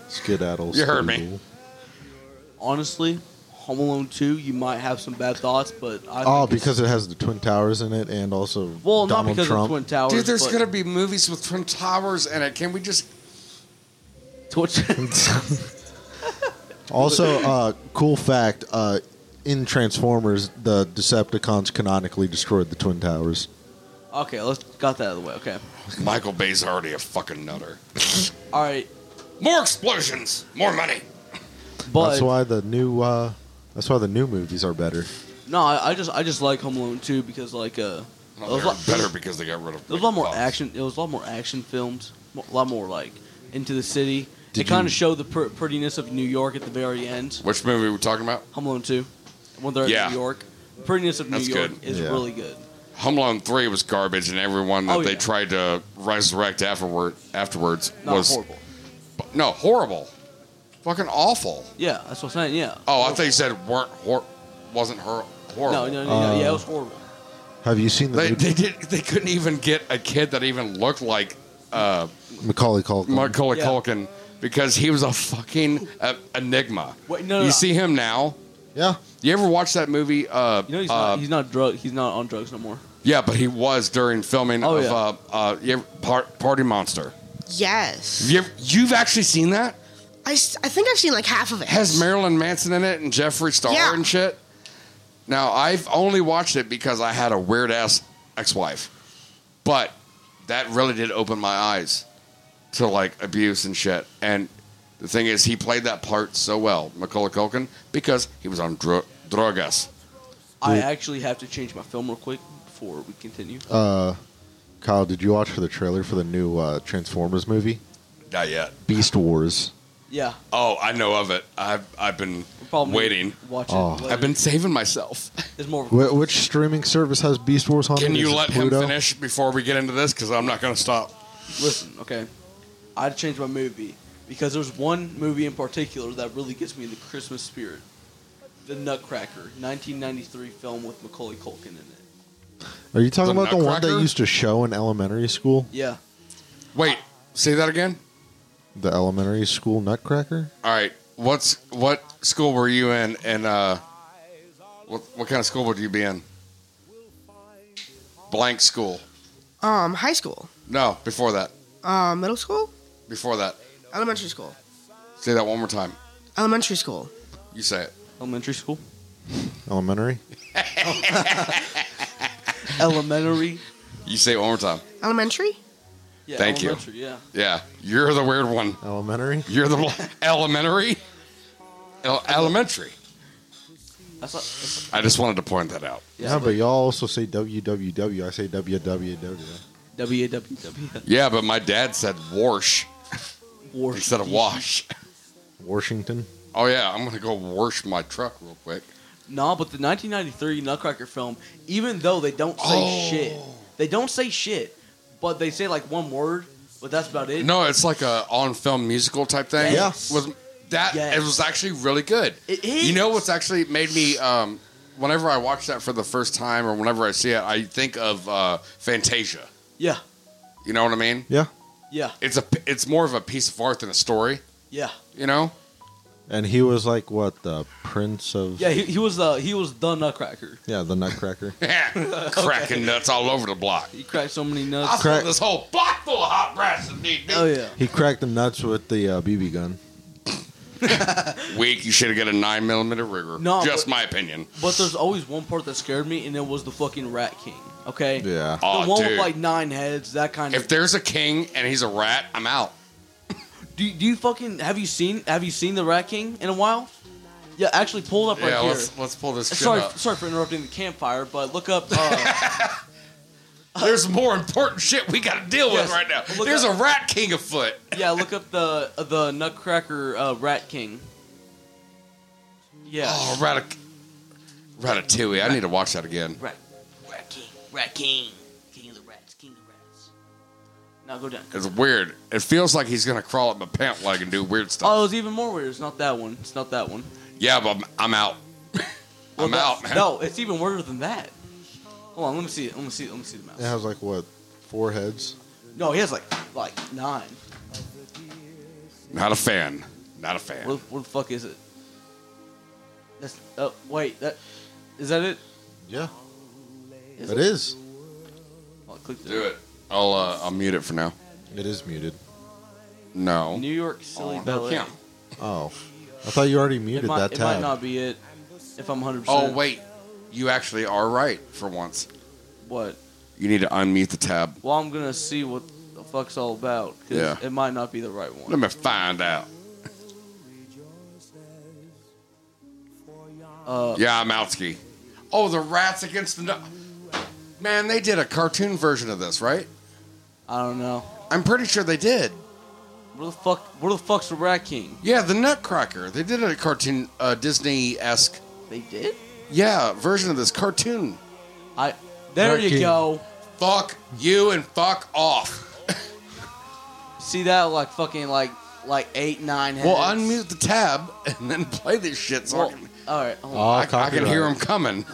S4: Skedaddle.
S1: You heard me.
S4: Skedoodle.
S2: Honestly, Home Alone two, you might have some bad thoughts, but I
S4: Oh,
S2: think it's-
S4: because it has the Twin Towers in it and also
S2: well,
S4: Donald
S2: not because
S4: Trump.
S2: of Twin Towers.
S1: Dude, there's
S2: but
S1: gonna be movies with twin towers in it. Can we just?
S2: Twin-
S4: Also, uh, cool fact uh, in Transformers, the Decepticons canonically destroyed the Twin Towers.
S2: okay, let's got that out of the way. Okay,
S1: Michael Bay's already a fucking nutter.
S2: all right,
S1: More explosions, more money.
S2: but
S4: that's why the new. Uh, that's why the new movies are better.
S2: no, I, I just I just like Home Alone two because like uh,
S1: Well,
S2: there's
S1: they're
S2: a lot-
S1: better because they got rid of.
S2: There was a lot more
S1: Fox.
S2: action. It was a lot more action filmed. a lot more like into the city.
S9: Did
S2: it kind
S9: you-
S2: of showed the pr- prettiness of New York at the very end.
S9: Which movie were we talking about?
S2: Home Alone Two, when they're
S9: Yeah.
S2: in New York, the prettiness of New
S9: That's
S2: York
S9: good.
S2: is
S9: Yeah.
S2: really good.
S9: Home Alone Three was garbage, and everyone that
S2: Oh,
S9: they
S2: yeah.
S9: tried to resurrect afterward afterwards
S2: Not
S9: was
S2: horrible.
S9: No, horrible, fucking awful.
S2: Yeah, that's what I'm saying. Yeah.
S9: Oh, I thought you said weren't hor- wasn't hor- horrible.
S2: No, no, no, no. yeah, it was horrible.
S4: Have you seen the
S9: They,
S4: new
S9: they did. They couldn't even get a kid that even looked like uh,
S4: Macaulay Culkin?
S9: Macaulay
S4: Yeah.
S9: Culkin because he was a fucking uh, enigma.
S2: Wait, no, no,
S9: you
S2: no.
S9: see him now.
S4: Yeah.
S9: You ever watch that movie? Uh,
S2: You know, he's
S9: uh,
S2: not. He's not drug. He's not on drugs no more.
S9: yeah, but he was during filming
S2: Oh,
S9: of
S2: yeah.
S9: uh, uh, you ever- Par- Party Monster.
S3: Yes.
S9: You ever- you've actually seen that?
S3: I, s- I think I've seen like half of it.
S9: has Marilyn Manson in it and Jeffree Star
S3: Yeah.
S9: and shit. Now I've only watched it because I had a weird ass ex wife, but that really did open my eyes to like abuse and shit. And the thing is, he played that part so well, Macaulay Culkin, because he was on dr- drugs.
S2: I actually have to change my film real quick before we continue.
S4: Uh, Kyle, did you watch for the trailer for the new uh, Transformers movie,
S9: Not yet.
S4: Beast Wars?
S2: Yeah.
S9: Oh, I know of it. I've I've been
S2: Probably
S9: waiting.
S2: Watch it.
S4: Oh.
S2: later.
S9: I've been saving myself.
S2: It's more. Of a,
S4: Wh- which streaming service has Beast Wars on? it?
S9: Can
S4: Is
S9: you
S4: it
S9: let him
S4: Pluto?
S9: finish before we get into this? Because I'm not going to stop.
S2: listen, okay. I had to change my movie because there's one movie in particular that really gets me in the Christmas spirit. The Nutcracker, 1993 film with Macaulay Culkin in it.
S4: Are you talking
S9: The
S4: about the one
S9: Nutcracker?
S4: that used to show in elementary school?
S2: Yeah.
S9: Wait, say that again.
S4: The elementary school Nutcracker?
S9: All right. What's what school were you in, and uh, what what kind of school would you be in? Blank school.
S3: Um, high school,
S9: No, before that.
S3: uh, middle school,
S9: Before that.
S3: elementary school,
S9: Say that one more time.
S3: elementary school.
S9: You say it.
S2: Elementary school?
S4: Elementary?
S2: Elementary?
S9: You say it one more time.
S3: Elementary?
S2: Yeah,
S9: Thank you.
S2: elementary, Yeah.
S9: Yeah, you're the weird one.
S4: Elementary?
S9: You're the bl- elementary. El- elementary.
S2: That's not, that's
S9: I just wanted to point that out.
S4: Yeah, but y'all also say WWW. I say WWW.
S2: WWW.
S9: Yeah, but my dad said wash
S2: War.
S9: instead of wash.
S4: Washington.
S9: Oh yeah, I'm gonna go wash my truck real quick.
S2: No, but the 1993 Nutcracker film, even though they don't say
S9: Oh.
S2: shit, they don't say shit, but they say like one word, but that's about it.
S9: No, it's like a on-film musical type thing.
S2: Yes.
S9: was that
S2: Yes.
S9: it was actually really good.
S2: It
S9: You know
S2: is.
S9: what's actually made me um, whenever I watch that for the first time or whenever I see it, I think of uh, Fantasia.
S2: Yeah,
S9: You know what I mean?
S4: Yeah.
S2: yeah,
S9: It's a it's more of a piece of art than a story.
S2: yeah,
S9: You know?
S4: And he was like, what, the prince of.
S2: yeah. He, he was the he was the Nutcracker.
S4: Yeah, the Nutcracker.
S9: Cracking nuts all over the block.
S2: He cracked so many
S9: I
S2: nuts.
S9: saw
S4: Crack-
S9: this whole block full of hot brats that need me.
S2: Oh yeah.
S4: he cracked the nuts with the uh, BB gun.
S9: Weak, you should have got a nine millimeter rigger.
S2: No,
S9: just
S2: but-
S9: my opinion.
S2: But there's always one part that scared me, and it was the fucking Rat King. Okay.
S4: Yeah.
S2: The
S9: Aw,
S2: one
S9: dude.
S2: with like nine heads, that kind of.
S9: if there's a king and he's a rat, I'm out.
S2: do, do you fucking have you seen have you seen the Rat King in a while? Yeah, actually pull it up
S9: yeah,
S2: right here. Uh,
S9: let's let's pull this shit
S2: Sorry,
S9: up.
S2: sorry for interrupting the campfire, but look up. Uh,
S9: There's more important shit we got to deal
S2: Yes.
S9: with right now.
S2: Look
S9: There's
S2: up-
S9: a rat king afoot.
S2: Yeah, look up the uh, the Nutcracker uh, Rat King. Yeah.
S9: Oh, rat Ratatouille. I need to watch that again.
S2: Rat, Rat King, Rat King, King of the Rats, King of the Rats. Now go down.
S9: It's weird. It feels like he's gonna crawl up my pant leg and do weird stuff.
S2: Oh, it was even more weird. It's not that one. It's not that one.
S9: Yeah, but I'm, I'm out.
S2: Well,
S9: I'm
S2: that-
S9: out, man.
S2: No, it's even weirder than that. Hold on, let me see it. Let me see. Let me see the mouse.
S4: It has like, what, four heads?
S2: No, he has like like nine.
S9: Not a fan. Not a fan.
S2: Where, where the fuck is it? That's. Oh wait, that is that it?
S4: Yeah.
S2: Is
S4: it is.
S2: Oh, I clicked
S9: do it. I'll uh, I'll mute it for now.
S4: It is muted.
S9: No.
S2: New York Silly
S9: Oh,
S2: Ballet.
S9: yeah.
S4: Oh. I thought you already muted
S2: it might,
S4: that
S2: it might
S4: tab.
S2: not be it. If I'm 100.
S9: Oh wait, you actually are right for once.
S2: What?
S9: You need to unmute the tab.
S2: Well, I'm gonna see what the fuck's all about. 'cause
S9: Yeah.
S2: It might not be the right
S9: Let
S2: one.
S9: me find out.
S2: Uh,
S9: Yeah, I'm outski. Oh, the rats against the. Nu- Man, they did a cartoon version of this, right?
S2: I don't know.
S1: I'm pretty sure they did.
S2: Where the fuck? Where the fuck's the Rat King?
S1: Yeah, the Nutcracker. They did a cartoon, uh, Disney esque.
S2: They did.
S1: Yeah, version of this cartoon.
S2: I. There
S1: Rat
S2: you
S1: King.
S2: go.
S1: Fuck you and fuck off.
S2: See that like fucking like like eight nine. Heads.
S1: Well, unmute the tab and then play this shit. So I,
S2: Well,
S1: can,
S2: all right. hold on.
S1: I, I can hear them coming.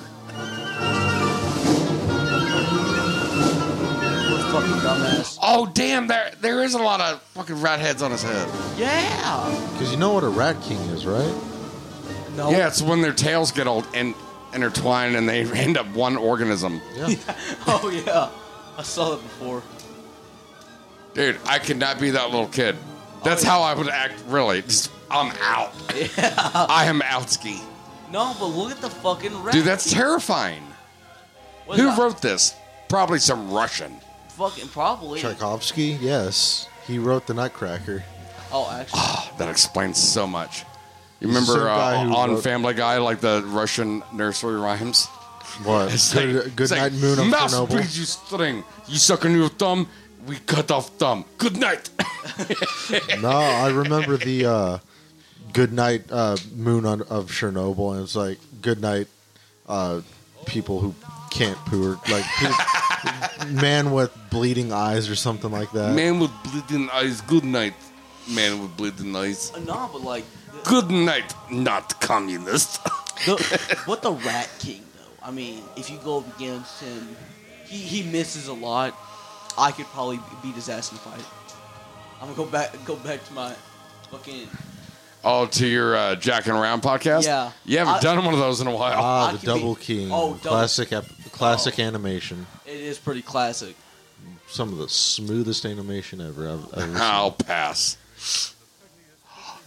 S2: Fucking dumbass.
S1: Oh damn! There there is a lot of fucking rat heads on his head.
S2: Yeah.
S4: Because you know what a rat king is, right? Oh.
S2: No.
S1: Yeah, it's when their tails get old and intertwined and they end up one organism.
S2: Oh yeah. I saw that before.
S1: Dude, I could not be that little kid. That's how I would act. Really, just I'm out. I am outski.
S2: No, but look at the fucking rat.
S1: Dude, that's terrifying.
S2: What is
S1: Who
S2: that?
S1: wrote this? Probably some Russian.
S2: Fucking probably.
S4: Tchaikovsky, yes. He wrote the Nutcracker.
S2: Oh, actually.
S1: That explains so much. You
S4: He's the same
S1: remember
S4: guy
S1: uh,
S4: who
S1: on
S4: wrote-
S1: Family Guy, like the Russian nursery rhymes?
S4: What? Good, uh, good
S1: It's
S4: night,
S1: like,
S4: moon of
S1: "Mouse,
S4: Chernobyl.
S1: please, you string. You suck on your thumb. We cut off thumb. Good night.
S4: no, I remember the uh, good night uh, moon on, of Chernobyl, and it's like good night uh, people who can't poo or like pe- man with bleeding eyes or something like that.
S1: Man with bleeding eyes. Good night. Man with bleeding eyes.
S2: No, but like
S1: Good night, not communist.
S2: the, what the Rat King though? I mean, if you go up against him, he, he misses a lot. I could probably beat his ass in a fight. I'm gonna go back go back to my fucking
S1: Oh, to your uh, Jacking Around podcast?
S2: Yeah.
S1: You haven't
S2: I-
S1: done one of those in a while.
S4: Ah,
S2: I
S4: the
S2: could
S4: double
S2: be-
S4: king,
S2: Oh, double-
S4: classic, ep-
S1: Oh.
S4: classic animation.
S2: It is pretty classic.
S4: Some of the smoothest animation ever. I've ever seen.
S1: I'll pass.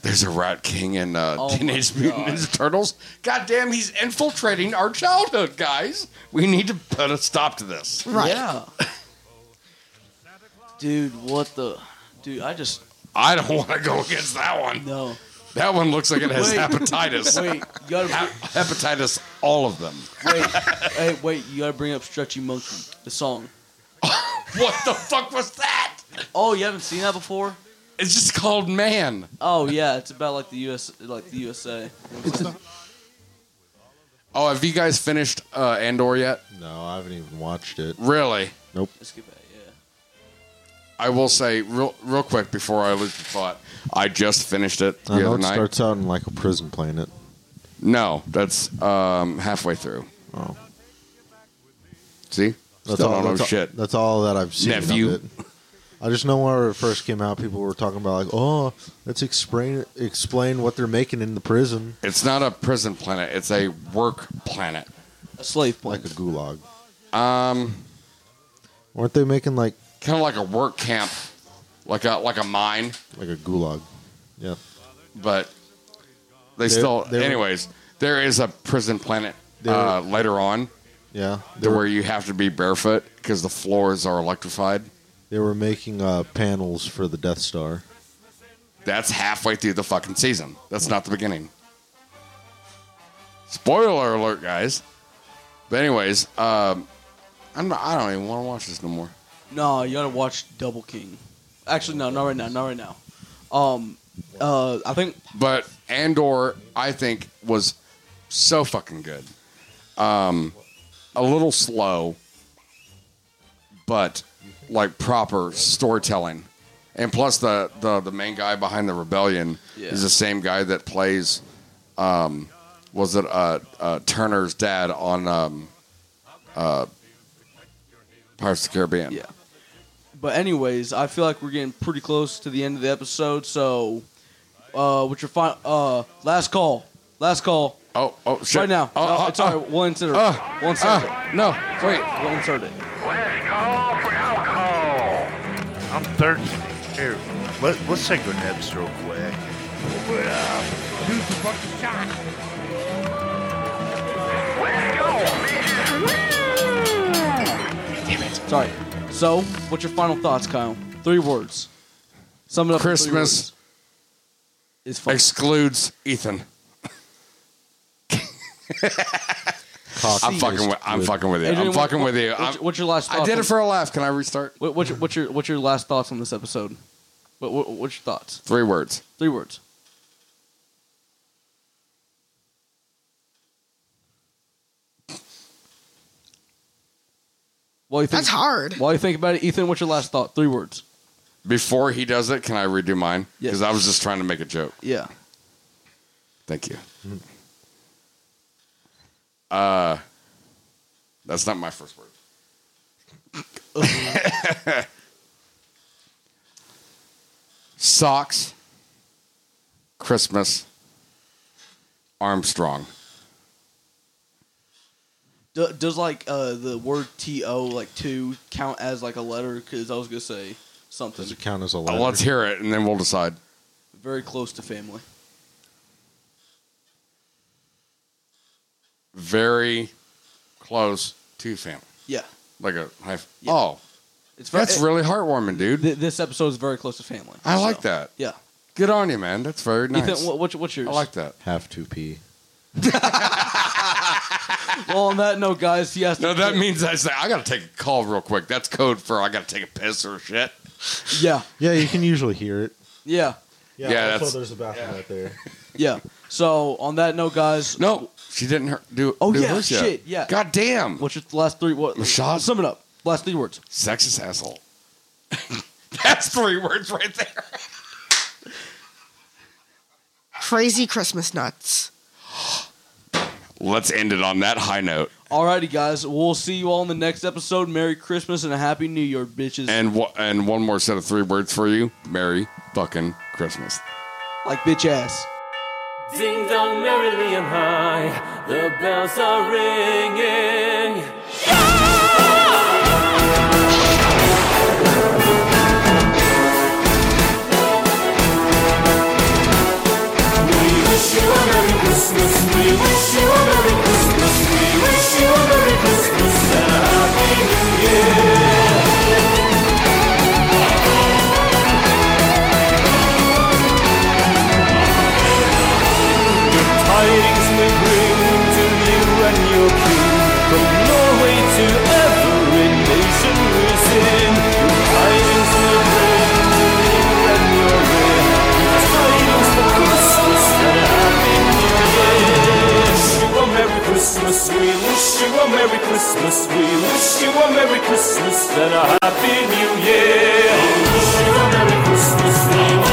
S1: There's a Rat King in uh,
S2: Oh my
S1: Teenage Mutant
S2: God.
S1: Ninja Turtles. God damn, he's infiltrating our childhood, guys. We need to put a stop to this.
S3: Right.
S2: Yeah. dude, what the dude, I just
S1: I don't want to go against that one.
S2: no.
S1: That one looks like it has
S2: Wait.
S1: hepatitis.
S2: Wait, you gotta
S1: Hep- hepatitis, all of them.
S2: wait, hey, wait, you gotta bring up Stretchy Monkey, the song.
S1: What the fuck was that?
S2: Oh, you haven't seen that before?
S1: It's just called Man.
S2: Oh yeah, it's about like the US like the USA.
S1: Oh, have you guys finished uh, Andor yet?
S4: No, I haven't even watched it.
S1: Really?
S2: Let's get back, yeah.
S1: I will say real real quick before I lose the thought. I just finished it the
S4: I know
S1: other
S4: it
S1: night.
S4: starts out in like a prison planet.
S1: No, that's um, halfway through.
S4: Oh,
S1: See,
S4: that's
S1: Still
S4: all.
S1: don't know
S4: That's all,
S1: shit.
S4: that's all that I've seen. of
S1: Nephew.
S4: it. I just know where it first came out. People were talking about like, oh, let's explain explain what they're making in the prison,
S1: It's not a prison planet. It's a work planet.
S2: A slave
S4: like
S2: planet.
S4: a gulag.
S1: Um,
S4: Weren't they making like
S1: kind of like a work camp, like a like a mine,
S4: like a gulag? Yeah,
S1: but they
S4: They-
S1: still.
S4: they were-
S1: anyways, there is a prison planet
S4: They were-
S1: uh, later on
S4: yeah. They
S1: to
S4: were
S1: where you have to be barefoot because the floors are electrified.
S4: they were making uh, panels for the Death Star.
S1: That's halfway through the fucking season. That's not the beginning. Spoiler alert, guys. But anyways, um, I'm not, I don't even want to watch this no more.
S2: No, you gotta watch Double King. Actually, no, not right now, not right now. Um, uh, I think
S1: But Andor, I think, was so fucking good. Um, a little slow, but like proper storytelling. And plus, the, the, the main guy behind the rebellion
S2: Yeah.
S1: is the same guy that plays, um, was it uh, uh, Turner's dad on um, uh, Pirates of the Caribbean?
S2: yeah. But anyways, I feel like we're getting pretty close to the end of the episode. So, uh, what's your final? Uh, last call. Last call.
S1: Oh, oh, shit.
S2: Right now.
S1: Oh,
S2: no,
S1: oh,
S2: it's alright. We'll insert it.
S1: uh,
S2: we'll insert it.
S1: oh. No, wait.
S2: We'll insert it.
S13: Let's call for alcohol.
S14: I'm thirsty. Here, let, let's take a nips real quick.
S13: Well, who's the fucking shot? Let's go, bitches.
S2: Sorry. So, what's your final thoughts, Kyle? Three words. Sum it up. in three
S1: Christmas.
S2: words. is fun.
S1: excludes Ethan.
S4: cock.
S1: I'm fucking with- I'm fucking with you. I'm fucking with you.
S2: What's,
S1: I'm-
S2: what's your last?
S1: I
S2: thoughts
S1: did
S2: on-
S1: it for a laugh. Can I restart?
S2: What, what's, your, what's your what's your last thoughts on this episode? What, what what's your thoughts?
S1: Three words.
S2: Three words. While you think,
S3: That's hard.
S2: While you think about it, Ethan, what's your last thought? Three words.
S1: Before he does it, can I redo mine? Because I was just trying to make a joke.
S2: Yeah.
S1: Thank you. Uh, that's not my first word. Socks, Christmas, Armstrong.
S2: Do, does like uh, the word T O like two count as like a letter? Because I was gonna say something
S4: Does it count as a
S1: Uh,
S4: letter?
S1: let's hear it, and then we'll decide.
S2: very close to family.
S1: Very close to family.
S2: Yeah.
S1: Like a high. f- Oh,
S2: It's very,
S1: that's really heartwarming, dude.
S2: th- this episode is very close to family.
S1: I
S2: So,
S1: like that.
S2: Yeah.
S1: Good on you, man. That's very nice.
S2: Ethan, what, what's what's yours?
S1: I like that.
S4: Have to pee.
S2: Well, on that note, guys, he has to.
S1: No, that means I say I gotta take a call real quick. That's code for I gotta take a piss or shit.
S2: Yeah.
S4: Yeah, you can usually hear it.
S2: Yeah.
S1: Yeah, Yeah, also that's-
S4: there's a bathroom out there.
S2: Yeah. So on that note, guys.
S1: No, she didn't her- do.
S2: Oh
S1: do
S2: yeah,
S1: hers yet.
S2: shit, yeah.
S1: God damn.
S2: What's your last three? What?
S1: Rashad?
S2: Sum it up. Last three words.
S1: Sexist asshole. That's three words right there.
S3: Crazy Christmas nuts.
S1: Let's end it on that high note.
S2: Alrighty, guys. We'll see you all in the next episode. Merry Christmas and a happy New Year, bitches.
S1: And wha- and one more set of three words for you. Merry fucking Christmas.
S2: like bitch ass.
S9: Ding dong merrily and high, the bells are ringing. We wish you a Merry Christmas, we wish you a Merry Christmas, we wish you a Merry Christmas and a Happy New Year. Good tidings we bring to you and your king. From Norway to every nation we sing. Good tidings we bring to you and your reign. Good tidings for Christmas and a happy new year. We wish you a Merry Christmas, we wish you a Merry Christmas, we wish you a Merry Christmas and a Happy New Year. We wish you a Merry Christmas, we wish